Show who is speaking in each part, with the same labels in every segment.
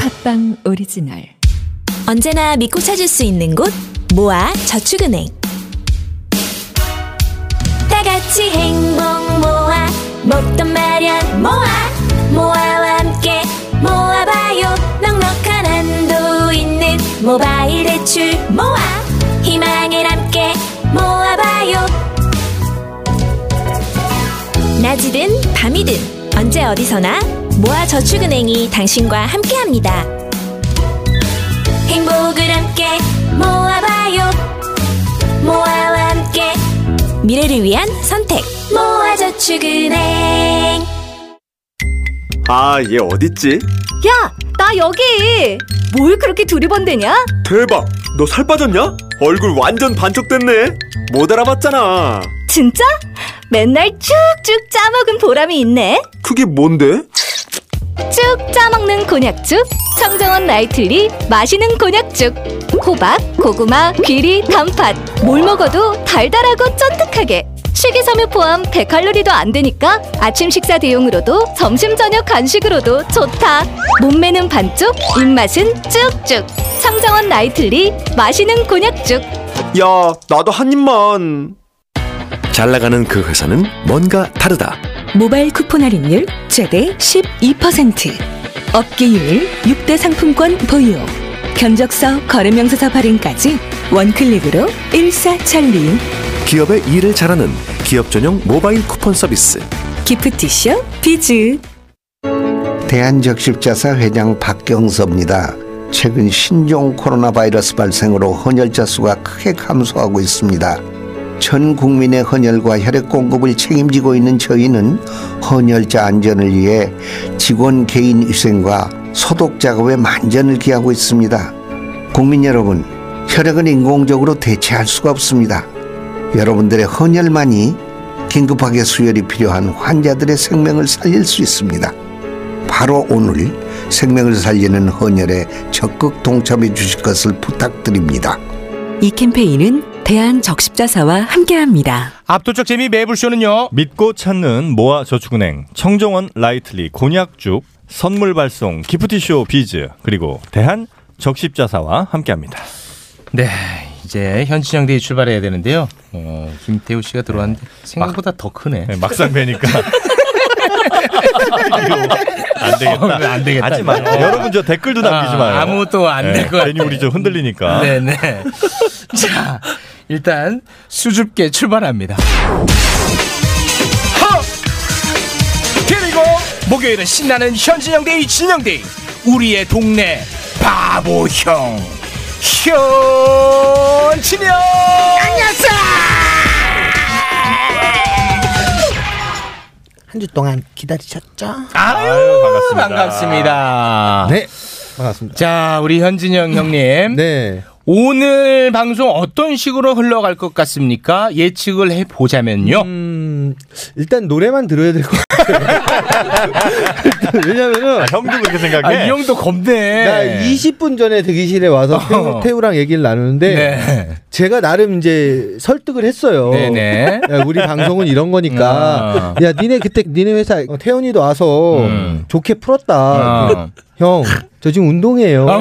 Speaker 1: 팟빵 오리지널
Speaker 2: 언제나 믿고 찾을 수 있는 곳 모아 저축은행 다 같이 행복 모아 먹던 마련 모아 모아와 함께 모아봐요 넉넉한 한도 있는 모바일 대출 모아 희망을 함께 모아봐요 낮이든 밤이든 언제 어디서나 모아 저축은행이 당신과 함께합니다. 행복을 함께 모아봐요 모아와 함께 미래를 위한 선택 모아저축은행
Speaker 3: 아, 얘 어딨지?
Speaker 4: 야, 나 여기. 뭘 그렇게 두리번대냐?
Speaker 3: 대박! 너 살 빠졌냐? 얼굴 완전 반쪽됐네. 못 알아봤잖아.
Speaker 4: 진짜? 맨날 쭉쭉 짜먹은 보람이 있네.
Speaker 3: 그게 뭔데?
Speaker 4: 쭉 짜먹는 곤약죽, 청정원 나이틀리 마시는 곤약죽, 호박, 고구마, 귀리, 단팥. 뭘 먹어도 달달하고 쫀득하게. 식이섬유 포함 100칼로리도 안 되니까 아침 식사 대용으로도 점심 저녁 간식으로도 좋다. 몸매는 반쪽, 입맛은 쭉쭉. 청정원 나이틀리 마시는 곤약죽.
Speaker 3: 야, 나도 한 입만.
Speaker 5: 잘 나가는 그 회사는 뭔가 다르다.
Speaker 1: 모바일 쿠폰 할인율 최대 12% 업계율 6대 상품권 보유 견적서 거래명세서 발행까지 원클릭으로 일사천리
Speaker 5: 기업의 일을 잘하는 기업 전용 모바일 쿠폰 서비스.
Speaker 1: 기프티쇼 비즈
Speaker 6: 대한적십자사 회장 박경서입니다. 최근 신종 코로나 바이러스 발생으로 헌혈자 수가 크게 감소하고 있습니다. 전 국민의 헌혈과 혈액 공급을 책임지고 있는 저희는 헌혈자 안전을 위해 직원 개인 위생과 소독 작업에 만전을 기하고 있습니다. 국민 여러분, 혈액은 인공적으로 대체할 수가 없습니다. 여러분들의 헌혈만이 긴급하게 수혈이 필요한 환자들의 생명을 살릴 수 있습니다. 바로 오늘 생명을 살리는 헌혈에 적극 동참해 주실 것을 부탁드립니다.
Speaker 1: 이 캠페인은 대한적십자사와 함께합니다.
Speaker 7: 압도적 재미 매불쇼는요.
Speaker 8: 믿고 찾는 모아 저축은행, 청정원 라이틀리, 곤약죽, 선물 발송, 기프티쇼 비즈, 그리고 대한 적십자사와 함께합니다.
Speaker 7: 네. 이제 현진영대회 출발해야 되는데요. 어, 김태우 씨가 들어왔는데 생각보다 더 네. 크네.
Speaker 8: 네, 막상 뵈니까.
Speaker 7: 아,
Speaker 8: 이거 아, 안
Speaker 7: 어, 안 뭐, 되겠다.
Speaker 8: 되겠다. 하지 마요.
Speaker 7: 이거.
Speaker 8: 여러분 저 댓글도 남기지
Speaker 7: 아,
Speaker 8: 마요.
Speaker 7: 아무것도 안
Speaker 8: 네,
Speaker 7: 될것
Speaker 8: 괜히
Speaker 7: 같아.
Speaker 8: 우리 저 흔들리니까.
Speaker 7: 네네. 자, 일단 수줍게 출발합니다. 하! 그리고 목요일은 신나는 현진영 데이 진영 데이 우리의 동네 바보형 현진영
Speaker 9: 한 주 동안 기다리셨죠?
Speaker 7: 아유
Speaker 8: 반갑습니다.
Speaker 7: 반갑습니다.
Speaker 9: 네, 반갑습니다.
Speaker 7: 자 우리 현진영 형님
Speaker 9: 네.
Speaker 7: 오늘 방송 어떤 식으로 흘러갈 것 같습니까? 예측을 해 보자면요.
Speaker 9: 음, 일단 노래만 들어야 될 것 같아요. 왜냐면은
Speaker 8: 아, 형도 그렇게 생각해.
Speaker 7: 아, 이 형도 겁내.
Speaker 9: 나 20분 전에 대기실에 와서
Speaker 7: 어.
Speaker 9: 태우, 태우랑 얘기를 나누는데
Speaker 7: 네.
Speaker 9: 제가 나름 이제 설득을 했어요.
Speaker 7: 네네. 아.
Speaker 9: 야, 우리 방송은 이런 거니까. 야, 니네 그때 니네 회사 어, 태훈이도 와서
Speaker 7: 음.
Speaker 9: 좋게 풀었다.
Speaker 7: 어.
Speaker 9: 형, 저 지금 운동해요.
Speaker 7: 아,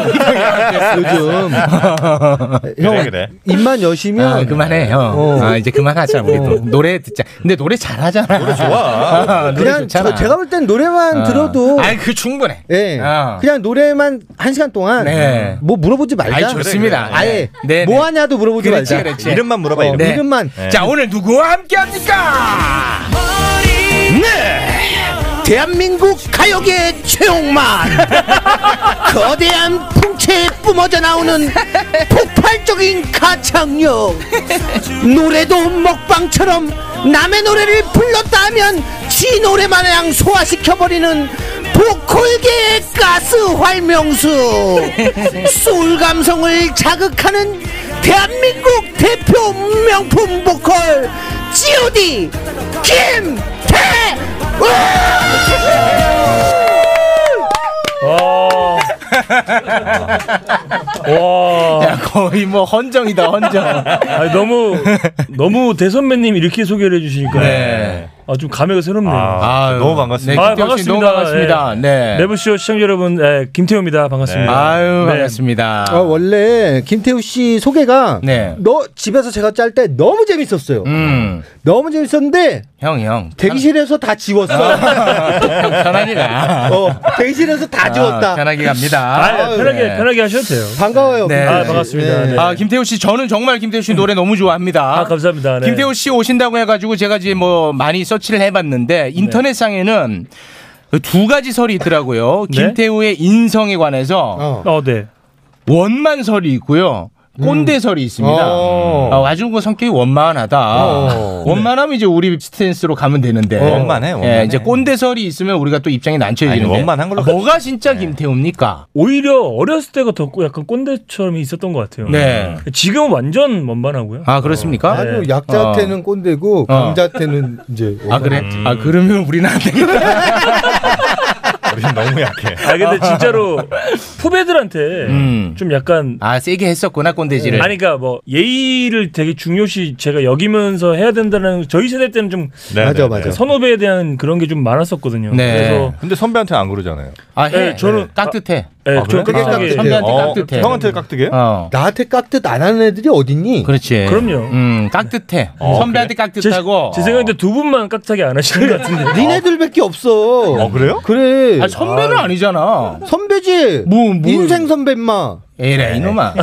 Speaker 9: 요즘 형
Speaker 8: 그래 그래.
Speaker 9: 입만 여시면
Speaker 7: 아, 그만해 형.
Speaker 9: 어.
Speaker 7: 아, 이제 그만하자 우리도 노래 듣자. 근데 노래 잘하잖아. 노래 좋아.
Speaker 9: 그냥 저- 제가 볼 땐 노래만 들어도
Speaker 7: 아니 그 충분해.
Speaker 9: 예.
Speaker 7: 어.
Speaker 9: 그냥 노래만 한 시간 동안
Speaker 7: 네.
Speaker 9: 뭐 물어보지 말자.
Speaker 7: 아이, 좋습니다.
Speaker 9: 아예
Speaker 7: 네, 네.
Speaker 9: 뭐 하냐도 물어보지
Speaker 7: 그렇지
Speaker 9: 말자.
Speaker 7: 그렇지.
Speaker 8: 이름만 물어봐.
Speaker 9: 어,
Speaker 8: 이름.
Speaker 7: 네.
Speaker 9: 이름만
Speaker 7: 자 오늘 누구와 함께합니까?
Speaker 9: 대한민국 가요계 최홍만 거대한 풍채에 뿜어져 나오는 폭발적인 가창력 노래도 먹방처럼 남의 노래를 불렀다 하면 지 노래마냥 소화시켜버리는 보컬계의 가스 활명수 소울 감성을 자극하는 대한민국 대표 명품 보컬 G.O.D 김태우
Speaker 7: 야 거의 뭐 헌정이다 헌정.
Speaker 10: 아 너무 너무 대선배님 이렇게 소개를 해주시니까
Speaker 7: 네.
Speaker 9: 아, 좀 감회가 새롭네요.
Speaker 8: 아,
Speaker 7: 아유,
Speaker 8: 너무 반갑습니다.
Speaker 7: 네,
Speaker 9: 아,
Speaker 7: 김태우 씨 너무
Speaker 9: 반갑습니다.
Speaker 7: 반갑습니다. 네.
Speaker 9: 레브쇼 시청자 여러분, 예, 김태우입니다. 반갑습니다.
Speaker 7: 아유,
Speaker 9: 네.
Speaker 7: 반갑습니다.
Speaker 11: 아, 원래 김태우 씨 소개가
Speaker 7: 네.
Speaker 11: 너 집에서 제가 짤 때 너무 재밌었어요.
Speaker 7: 음,
Speaker 11: 너무 재밌었는데
Speaker 7: 형, 형.
Speaker 11: 대기실에서 다 지웠어.
Speaker 7: 편- 편하게 가.
Speaker 11: 어, 대기실에서 다 지웠다.
Speaker 7: 아, 편하게
Speaker 9: 아,
Speaker 7: 갑니다.
Speaker 9: 예, 편하게
Speaker 7: 네.
Speaker 9: 편하게 하셔도 돼요.
Speaker 11: 반가워요.
Speaker 7: 네.
Speaker 11: 김태우
Speaker 9: 아,
Speaker 11: 씨.
Speaker 9: 반갑습니다. 네.
Speaker 7: 아, 김태우 씨, 저는 정말 김태우 씨 노래 너무 좋아합니다.
Speaker 9: 아, 감사합니다. 네.
Speaker 7: 김태우 씨 오신다고 해가지고 제가 이제 뭐 많이 서치를 해봤는데 인터넷상에는 두 가지 설이 있더라고요.
Speaker 9: 네?
Speaker 7: 김태우의 인성에 관해서
Speaker 11: 어.
Speaker 9: 어, 네.
Speaker 7: 원만 설이 있고요.
Speaker 9: 음.
Speaker 7: 꼰대 설이 있습니다.
Speaker 11: 어.
Speaker 7: 아, 아주 그 성격이 원만하다.
Speaker 11: 어.
Speaker 7: 원만하면 이제 우리 스탠스로 가면 되는데.
Speaker 8: 어, 원만해, 원만해.
Speaker 7: 예, 이제 꼰대설이 있으면 우리가 또 입장이
Speaker 8: 아니,
Speaker 7: 난처해지는데.
Speaker 8: 원만한 걸로 네.
Speaker 7: 아, 뭐가 진짜 김태우입니까?
Speaker 9: 오히려 어렸을 때가 더 약간 꼰대처럼 있었던 것
Speaker 8: 음.
Speaker 9: 같아요.
Speaker 7: 네.
Speaker 9: 지금은 완전 먼만하고요.
Speaker 7: 아 그렇습니까? 어.
Speaker 11: 아니요
Speaker 9: 네.
Speaker 11: 약자 때는 꼰대고 강자 때는 이제
Speaker 7: 아 그래?
Speaker 8: 음.
Speaker 7: 아 그러면 우리는 안 되겠다.
Speaker 8: 우린 너무 약해.
Speaker 9: 아 근데 진짜로
Speaker 8: 네.
Speaker 9: 후배들한테
Speaker 7: 음.
Speaker 9: 좀 약간
Speaker 7: 아 세게 했었구나 꼰대질을.
Speaker 9: 아니 그러니까 뭐 예의를 되게 중요시 제가 여기면서 해야 된다는 저희 세대 때는 좀
Speaker 8: 네,
Speaker 11: 맞아,
Speaker 8: 네,
Speaker 11: 맞아.
Speaker 8: 네.
Speaker 9: 선후배에 대한 그런 게 좀 많았었거든요.
Speaker 7: 네.
Speaker 9: 그래서
Speaker 8: 근데 선배한테는 안 그러잖아요.
Speaker 7: 아 해.
Speaker 9: 네, 저는-
Speaker 7: 깍듯해.
Speaker 9: 예,
Speaker 8: 아,
Speaker 9: 좀
Speaker 8: 그래요?
Speaker 9: 깜짝이-
Speaker 11: 깜짝이야.
Speaker 7: 선배한테
Speaker 8: 어,
Speaker 7: 깍듯해.
Speaker 8: 형한테 깍듯해?
Speaker 7: 어.
Speaker 11: 나한테 깍듯 안 하는 애들이 어딨니?
Speaker 7: 그렇지.
Speaker 9: 아, 그럼요.
Speaker 7: 음 깍듯해.
Speaker 8: 어,
Speaker 7: 선배한테
Speaker 9: 제,
Speaker 7: 깍듯하고.
Speaker 9: 제 생각에 두 분만 깍차게 안 하시는 것 같은데.
Speaker 11: 니네들밖에 없어.
Speaker 8: 어, 그래요?
Speaker 11: 그래.
Speaker 7: 아 선배는 아니잖아.
Speaker 11: 선배지.
Speaker 7: 뭐, 뭐.
Speaker 11: 인생 선배
Speaker 9: 어.
Speaker 11: 인마.
Speaker 7: 에이라 이놈아.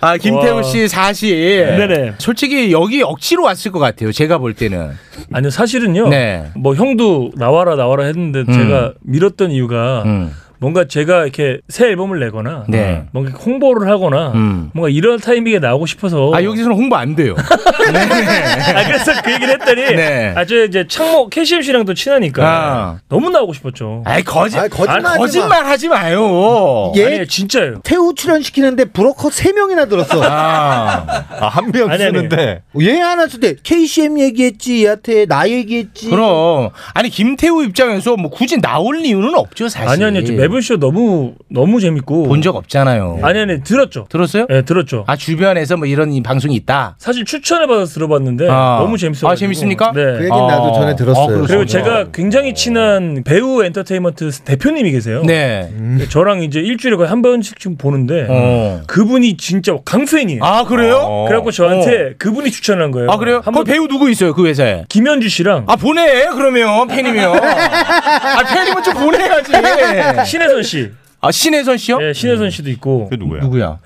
Speaker 7: 아 김태우
Speaker 9: 와.
Speaker 7: 씨 사실
Speaker 9: 네네.
Speaker 7: 솔직히 여기 억지로 왔을 것 같아요. 제가 볼 때는
Speaker 9: 아니요 사실은요.
Speaker 7: 네.
Speaker 9: 뭐 형도 나와라 나와라 했는데 제가 밀었던 이유가
Speaker 7: 음.
Speaker 9: 뭔가 제가 이렇게 새 앨범을 내거나
Speaker 7: 네.
Speaker 9: 뭔가 홍보를 하거나
Speaker 7: 음.
Speaker 9: 뭔가 이런 타이밍에 나오고 싶어서
Speaker 7: 아 여기서는 홍보 안 돼요.
Speaker 9: 아, 그래서 그 얘기를 했더니
Speaker 7: 네.
Speaker 9: 아저 이제 창모 캐시엠 씨랑 또 친하니까
Speaker 7: 아.
Speaker 9: 너무 나오고 싶었죠.
Speaker 7: 아이 거짓
Speaker 11: 아, 거짓말. 하지 마. 예.
Speaker 7: 거짓말 하지 마요.
Speaker 11: 얘
Speaker 9: 아니 진짜요.
Speaker 11: 태우 출연시키는데 브로커 세명이나 들었어.
Speaker 7: 아
Speaker 8: 아, 한 명
Speaker 9: 아니, 아니.
Speaker 8: 쓰는데.
Speaker 11: 얘 하나 쓸 때 KCM 얘기했지, 얘한테 나 얘기했지.
Speaker 7: 그럼 아니 김태우 입장에서 뭐 굳이 나올 이유는 없죠 사실.
Speaker 9: 아니 아니요. 매블쇼 너무 너무 재밌고
Speaker 7: 본 적 없잖아요.
Speaker 9: 아니 아니 들었죠.
Speaker 7: 들었어요?
Speaker 9: 예, 들었죠.
Speaker 7: 아 주변에서 뭐 이런 이 방송이 있다.
Speaker 9: 사실 추천을 받아서 들어봤는데
Speaker 7: 아.
Speaker 9: 너무 재밌어.
Speaker 7: 아, 재밌습니까? 아.
Speaker 11: 그
Speaker 9: 네.
Speaker 11: 얘기는 나도 전에 들었어요.
Speaker 9: 그리고
Speaker 7: 그렇군요.
Speaker 9: 제가 굉장히 친한 배우 엔터테인먼트 대표님이 계세요.
Speaker 7: 네.
Speaker 9: 저랑 이제 일주일에 거의 한 번씩 좀 보는데
Speaker 7: 어.
Speaker 9: 그분이 진짜 강팬이에요.
Speaker 7: 아 그래요?
Speaker 8: 어.
Speaker 9: 그래갖고 저한테 그분이 추천한 거예요.
Speaker 7: 아 그래요? 그
Speaker 9: 한번
Speaker 7: 배우 누구 있어요 그 회사에?
Speaker 9: 김현주 씨랑
Speaker 7: 아 보내 그러면 팬이면 아 팬이면 좀 보내야지.
Speaker 9: 네. 신혜선 씨,
Speaker 7: 아 신혜선 씨요?
Speaker 9: 예, 신혜선 씨도 있고
Speaker 8: 그 누구야?
Speaker 7: 누구야?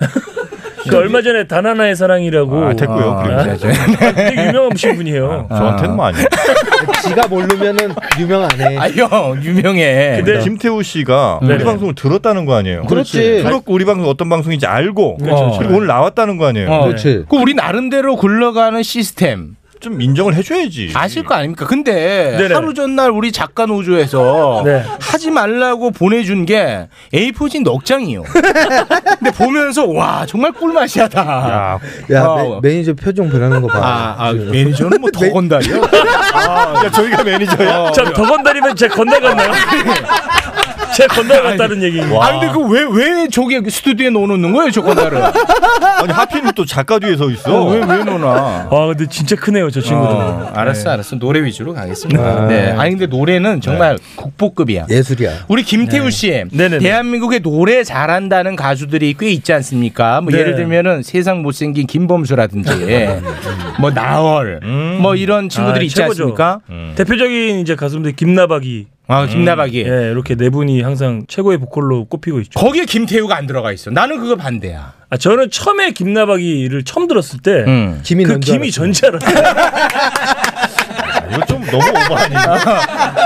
Speaker 9: 그 얼마 전에 단 하나의 사랑이라고
Speaker 8: 아, 됐고요.
Speaker 7: 아,
Speaker 8: 그리고
Speaker 7: 그래야죠.
Speaker 9: 네. 되게 유명하신 분이에요.
Speaker 8: 저한테는 뭐 아니에요.
Speaker 11: 지가 모르면은 유명 안 해.
Speaker 7: 아형 유명해.
Speaker 9: 근데
Speaker 8: 네. 김태우 씨가
Speaker 9: 네.
Speaker 8: 우리 방송을 들었다는 거 아니에요?
Speaker 11: 그렇지.
Speaker 8: 그렇고 우리 방송 어떤 방송인지 알고
Speaker 7: 그렇죠.
Speaker 8: 그리고 오늘 나왔다는 거 아니에요?
Speaker 7: 어.
Speaker 11: 그렇지.
Speaker 7: 그 우리 나름대로 굴러가는 시스템
Speaker 8: 좀 인정을 해줘야지.
Speaker 7: 아실 거 아닙니까? 근데
Speaker 9: 네네.
Speaker 7: 하루 전날 우리 작가 노조에서
Speaker 9: 네.
Speaker 7: 하지 말라고 보내준 게 A4지 넉 장이요. 근데 보면서 와 정말 꿀맛이야다.
Speaker 8: 야,
Speaker 11: 야,
Speaker 7: 아.
Speaker 11: 매, 매니저 표정 변하는 거 봐.
Speaker 7: 아, 아 매니저는
Speaker 9: 네.
Speaker 7: 뭐더 건달이요?
Speaker 8: 야, 저희가 매니저야.
Speaker 9: 자, 더 건달이면 제 건달 같나요? 제 건달 같다는 얘기인가?
Speaker 7: 아 근데 그 왜 왜 저기 스튜디오에 넣어놓는 거예요 저 건달을?
Speaker 8: 아니 하필 또 작가 뒤에 서 있어.
Speaker 7: 왜 왜 넣어놔?
Speaker 9: 아, 근데 진짜 크네요, 저
Speaker 11: 아,
Speaker 9: 친구들.
Speaker 7: 어, 알았어 알았어 노래 위주로 가겠습니다. 네. 아니 근데 노래는 정말 국보급이야.
Speaker 11: 예술이야.
Speaker 7: 우리 김태우 씨,
Speaker 9: 네네네.
Speaker 7: 대한민국에 노래 잘한다는 가수들이 꽤 있지 않습니까? 뭐
Speaker 9: 네.
Speaker 7: 예를 들면은 세상 못생긴 김범수라든지, 뭐 나얼, 뭐 이런 친구들이
Speaker 9: 아,
Speaker 7: 있지
Speaker 9: 최고죠.
Speaker 7: 않습니까?
Speaker 11: 음.
Speaker 9: 대표적인 이제 가수분들 김나박이,
Speaker 7: 아 김나박이.
Speaker 9: 예, 이렇게 네 분이 항상 최고의 보컬로 꼽히고 있죠.
Speaker 7: 거기에 김태우가 안 들어가 있어. 나는 그거 반대야.
Speaker 9: 아, 저는 처음에 김나박이를 처음 들었을 때,
Speaker 7: 음.
Speaker 11: 김이
Speaker 9: 그
Speaker 11: 넌줄
Speaker 9: 김이 전지 알았어요.
Speaker 8: 이거 좀 너무 오버 아니야?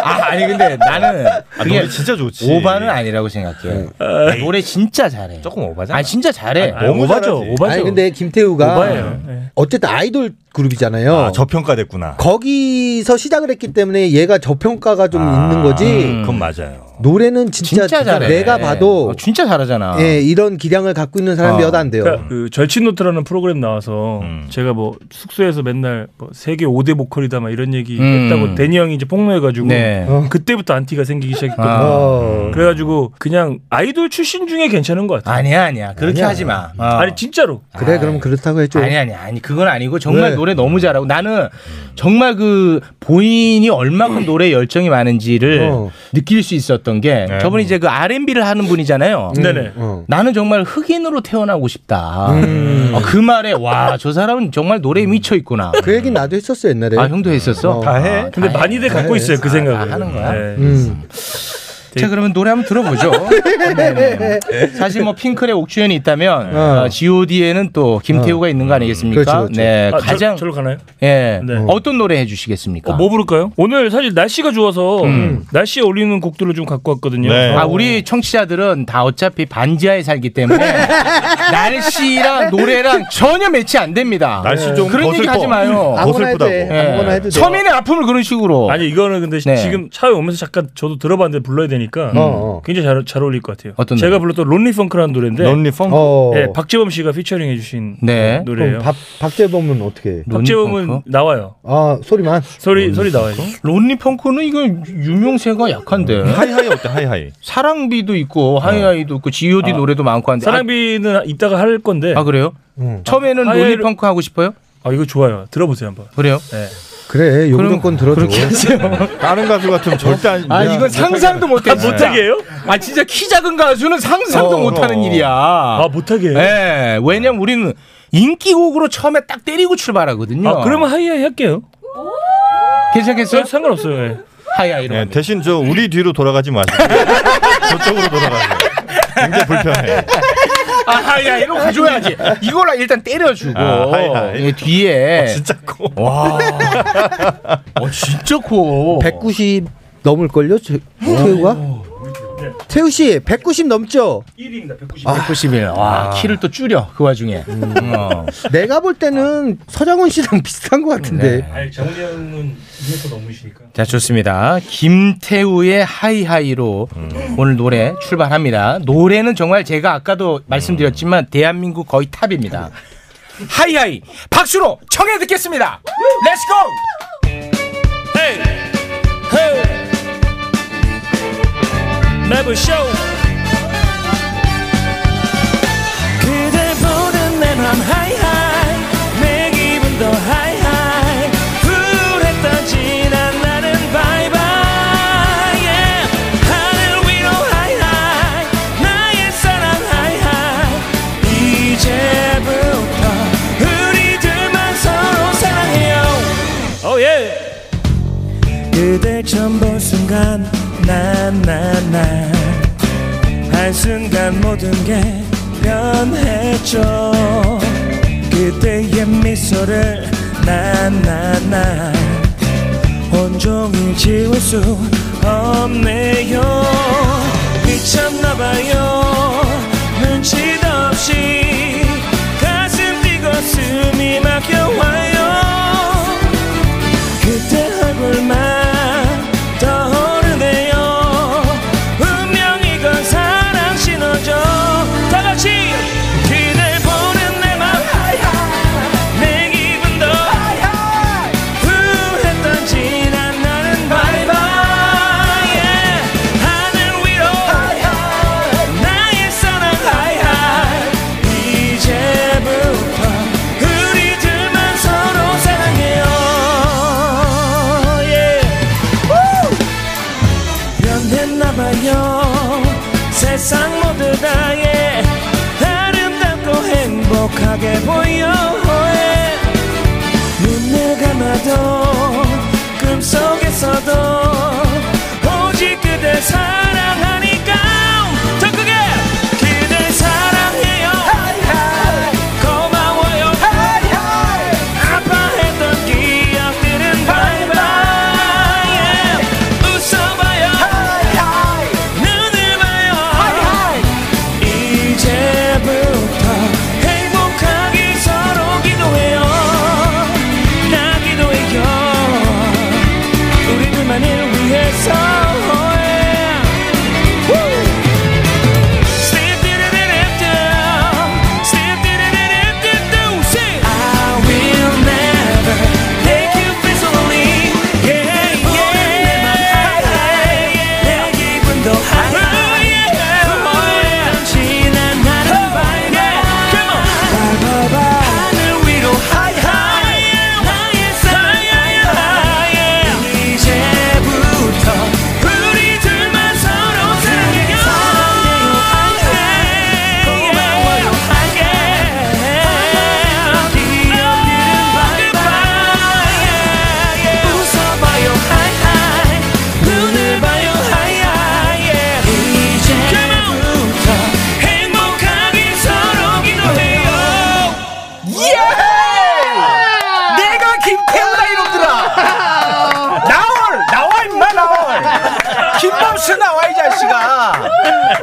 Speaker 7: 아 아니 근데 나는
Speaker 8: 아,
Speaker 7: 그게
Speaker 8: 노래 진짜 좋지.
Speaker 7: 오바는 아니라고 생각해. 아, 노래 진짜 잘해.
Speaker 8: 조금 오바잖아.
Speaker 7: 아 진짜 잘해.
Speaker 9: 아, 오바죠,
Speaker 8: 잘하지.
Speaker 9: 오바죠.
Speaker 11: 네. 아니 근데 김태우가
Speaker 9: 오바예요. 예.
Speaker 11: 어쨌든 아이돌 그룹이잖아요.
Speaker 9: 어.
Speaker 8: 아, 저평가됐구나.
Speaker 9: 아.
Speaker 11: 거기서 시작을 했기 때문에 얘가 저평가가 좀 있는 거지.
Speaker 9: 음.
Speaker 7: 음.
Speaker 8: 그건 맞아요.
Speaker 11: 노래는 진짜,
Speaker 7: 진짜 잘해.
Speaker 11: 내가 봐도
Speaker 7: 어, 진짜 잘하잖아.
Speaker 11: 예, 이런 기량을 갖고 있는 사람이
Speaker 7: 어.
Speaker 11: 몇 안 돼요.
Speaker 9: 그러니까 그 절친노트라는 프로그램 나와서 제가 뭐 숙소에서 맨날 뭐 세계 5대 보컬이다 막 이런 얘기
Speaker 7: 음.
Speaker 9: 했다고 데니 형이 이제 폭로해가지고
Speaker 7: 네.
Speaker 9: 어. 그때부터 안티가 생기기 시작했거든요.
Speaker 7: 아.
Speaker 11: 어.
Speaker 9: 그래가지고 그냥 아이돌 출신 중에 괜찮은 것 같아요.
Speaker 7: 아니야 아니야 그렇게
Speaker 11: 아니야.
Speaker 7: 하지 마. 어.
Speaker 9: 아니 진짜로.
Speaker 11: 그래 그럼 그렇다고 해줘.
Speaker 7: 아니 아니 아니 그건 아니고 정말
Speaker 11: 왜?
Speaker 9: 네.
Speaker 7: 노래 너무 잘하고 나는 정말 그 본인이 얼마큼
Speaker 9: 음.
Speaker 7: 노래 열정이 많은지를
Speaker 11: 어.
Speaker 7: 느낄 수 있었던 게
Speaker 8: 네.
Speaker 7: 저분이 이제 그 R&B를 하는 분이잖아요.
Speaker 9: 네네.
Speaker 8: 음.
Speaker 11: 어.
Speaker 7: 나는 정말 흑인으로 태어나고 싶다.
Speaker 9: 음.
Speaker 7: 어, 그 말에 와 저 사람은 정말 노래에 미쳐 있구나.
Speaker 11: 그 얘기 나도 했었어 옛날에.
Speaker 7: 아 형도 했었어.
Speaker 11: 어.
Speaker 8: 다 해?
Speaker 7: 아,
Speaker 9: 근데
Speaker 7: 다 해.
Speaker 9: 많이들 갖고
Speaker 11: 네.
Speaker 9: 있어요 그
Speaker 7: 아,
Speaker 9: 생각을.
Speaker 7: 다 하는 거야?
Speaker 11: 음.
Speaker 7: 자 그러면 노래 한번 들어보죠. 네. 사실 뭐 핑클의 옥주현이 있다면
Speaker 11: 어.
Speaker 7: 어, G.O.D에는 또 김태우가 있는 거 아니겠습니까?
Speaker 11: 그렇죠, 그렇죠.
Speaker 7: 네
Speaker 9: 아,
Speaker 7: 가장
Speaker 9: 저, 절로 가나요?
Speaker 7: 예
Speaker 9: 네.
Speaker 7: 어떤 노래 해주시겠습니까?
Speaker 9: 어, 뭐 부를까요? 오늘 사실 날씨가
Speaker 7: 어.
Speaker 9: 좋아서
Speaker 11: 음.
Speaker 7: 음.
Speaker 9: 날씨에 어울리는 곡들을 좀 갖고 왔거든요.
Speaker 8: 네.
Speaker 7: 아 우리 청취자들은 다 어차피 반지하에 살기 때문에 날씨랑 노래랑 전혀 매치 안 됩니다.
Speaker 8: 날씨 좀
Speaker 7: 그런 얘기
Speaker 8: 거슬퍼.
Speaker 7: 하지 마요.
Speaker 8: 아,
Speaker 11: 아무거나 해도 돼.
Speaker 8: 거슬프다고.
Speaker 7: 예.
Speaker 11: 아무거나 해도 돼.
Speaker 7: 서민의 아픔을 그런 식으로.
Speaker 9: 아니 이거는 근데
Speaker 7: 네.
Speaker 9: 지금 차에 오면서 잠깐 저도 들어봤는데 불러야 되니까
Speaker 11: 어, 어.
Speaker 9: 굉장히 잘, 잘 어울릴 것 같아요.
Speaker 7: 어떤
Speaker 9: 제가
Speaker 7: 노래?
Speaker 9: 불렀던 론리 펑크라는 노래인데
Speaker 8: 런리 펑크.
Speaker 11: 어.
Speaker 9: 예, 박재범 씨가 피처링 해주신
Speaker 7: 네.
Speaker 9: 노래예요.
Speaker 11: 그럼 박 박재범은 어떻게? 해?
Speaker 7: 론리
Speaker 9: 박재범은
Speaker 7: 펑크?
Speaker 9: 나와요.
Speaker 11: 아 소리만.
Speaker 9: 소리 소리 나와요.
Speaker 7: 론리 펑크는 이거 유명세가 약한데
Speaker 11: 음.
Speaker 8: 하이하이 어때? 하이하이.
Speaker 7: 사랑비도 있고 하이하이도 있고 G.O.D
Speaker 11: 아.
Speaker 7: 노래도 많고 한데
Speaker 9: 사랑비는 이따가 할 건데
Speaker 7: 아, 아, 그래요?
Speaker 11: 응.
Speaker 7: 처음에는
Speaker 9: 하이하이를-
Speaker 7: 론리 펑크 하고 싶어요?
Speaker 9: 아 이거 좋아요. 들어보세요 한번. 아,
Speaker 7: 그래요?
Speaker 9: 예.
Speaker 11: 그래 용돈권 들어줘.
Speaker 7: 그렇게 하세요.
Speaker 8: 다른 가수 같으면 절대 안.
Speaker 7: 아 이건 상상도 못해.
Speaker 9: 아 못하게 해요?
Speaker 7: 아 진짜 키 작은 가수는 상상도
Speaker 8: 어,
Speaker 7: 못하는
Speaker 8: 어.
Speaker 7: 일이야.
Speaker 9: 아 못하게 해요?
Speaker 7: 예, 왜냐면 우리는 인기곡으로 처음에 딱 때리고 출발하거든요.
Speaker 9: 아 그러면 하이하이 할게요.
Speaker 7: 괜찮겠어요?
Speaker 9: 저 상관없어요. 예.
Speaker 7: 하이하이로.
Speaker 8: 예, 대신 저 우리 뒤로 돌아가지 마시고 저쪽으로 돌아가세요. 굉장히 불편해.
Speaker 7: 아 하이하이로 가져야지. 이거라 일단 때려주고
Speaker 8: 아, 하이하이. 아,
Speaker 7: 예, 뒤에.
Speaker 9: 네.
Speaker 8: 진짜 커.
Speaker 7: 와, 어 진짜 커.
Speaker 11: 190 넘을 걸요 태우가? 태우 씨 190 넘죠?
Speaker 7: 190일. 와, 키를 또 줄여 그 와중에. 어.
Speaker 11: 내가 볼 때는 서장훈 씨랑 비슷한 것 같은데.
Speaker 8: 네.
Speaker 9: 아니 정훈이 형은 2m 넘으시니까.
Speaker 7: 자 좋습니다. 김태우의 하이하이로 오늘 노래 출발합니다. 노래는 정말 제가 아까도 말씀드렸지만 대한민국 거의 탑입니다. 하이하이 박수로 청해 듣겠습니다. 렛츠고!
Speaker 9: Hey, hey. 매부 쇼. 그대 보는 내맘 하이하이 내 기분도 하이하이 불에 지난 나는 바이바이 yeah. 하늘 위로 하이하이 나의 사랑 하이하이 이제부터 우리들만 서로 사랑해요 oh, yeah. 그댈 처음 본 순간 나나나 한순간 모든 게 변했죠 그때의 미소를 나나나 온종일 지울 수 없네요 미쳤나봐요 눈치도 없이 가슴 뛰고 숨이 막혀와요 그때 얼굴만 떠오르네요 분명 이건 사랑 신호죠 다같이 그댈 보는 내맘 내 기분도 후회했던 지난 나는 바이바이 yeah. 하늘 위로 나의 사랑 하이하이 이제부터 우리 둘만 서로 사랑해요 예. 변했나봐요 세상 모두 다의 아름답고 행복하게 보여 예. 눈을 감아도 꿈속에서도 오직 그댈 사랑하니까 더 크게 그댈 사랑해요 고마워요 아파했던 기억들은 바이바이 예. 웃어봐요 눈을 봐요 이제부터 행복하게 서로 기도해요 나 기도해요 oh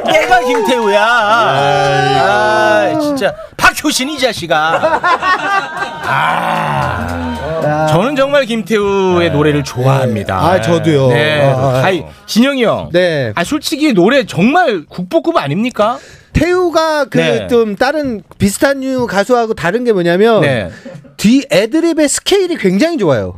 Speaker 7: 내가 김태우야. 아, 진짜 박효신 이 자식아. 아, 저는 정말 김태우의 노래를 좋아합니다.
Speaker 11: 네. 아, 저도요.
Speaker 7: 네.
Speaker 11: 아,
Speaker 7: 아, 이 진영이 형.
Speaker 11: 네.
Speaker 7: 아 솔직히 노래 정말 국보급 아닙니까?
Speaker 11: 태우가 그
Speaker 7: 네.
Speaker 11: 좀 다른 비슷한 유 가수하고 다른 게 뭐냐면
Speaker 7: 네. 음.
Speaker 11: 뒤 애드립의 스케일이 굉장히 좋아요.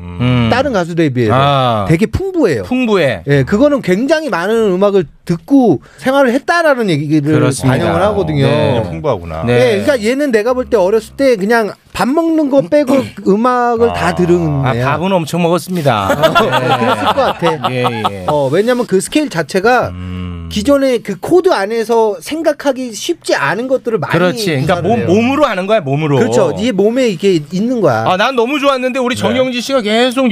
Speaker 11: 다른 가수들에 비해서
Speaker 7: 아.
Speaker 11: 되게 풍부해요.
Speaker 7: 풍부해.
Speaker 11: 예, 그거는 굉장히 많은 음악을 듣고 생활을 했다라는 얘기를
Speaker 7: 그렇습니다.
Speaker 11: 반영을 하거든요.
Speaker 7: 네.
Speaker 8: 풍부하구나.
Speaker 7: 네.
Speaker 11: 예, 그러니까 얘는 내가 볼 때 어렸을 때 그냥 밥 먹는 거 빼고 음악을 다 들은
Speaker 7: 아,
Speaker 11: 애야.
Speaker 7: 밥은 엄청 먹었습니다.
Speaker 11: 네, 그랬을 것 같아.
Speaker 7: 예, 예. 음.
Speaker 11: 어, 왜냐면 그 스케일 자체가 기존의 그 코드 안에서 생각하기 쉽지 않은 것들을 많이
Speaker 7: 그렇지. 그러니까
Speaker 11: 구사를
Speaker 7: 몸,
Speaker 11: 해요.
Speaker 7: 몸으로 하는 거야, 몸으로.
Speaker 11: 그렇죠. 이 몸에 이게 있는 거야. 네. 어.
Speaker 7: 아, 난 너무 좋았는데 우리 정영지 씨가 계속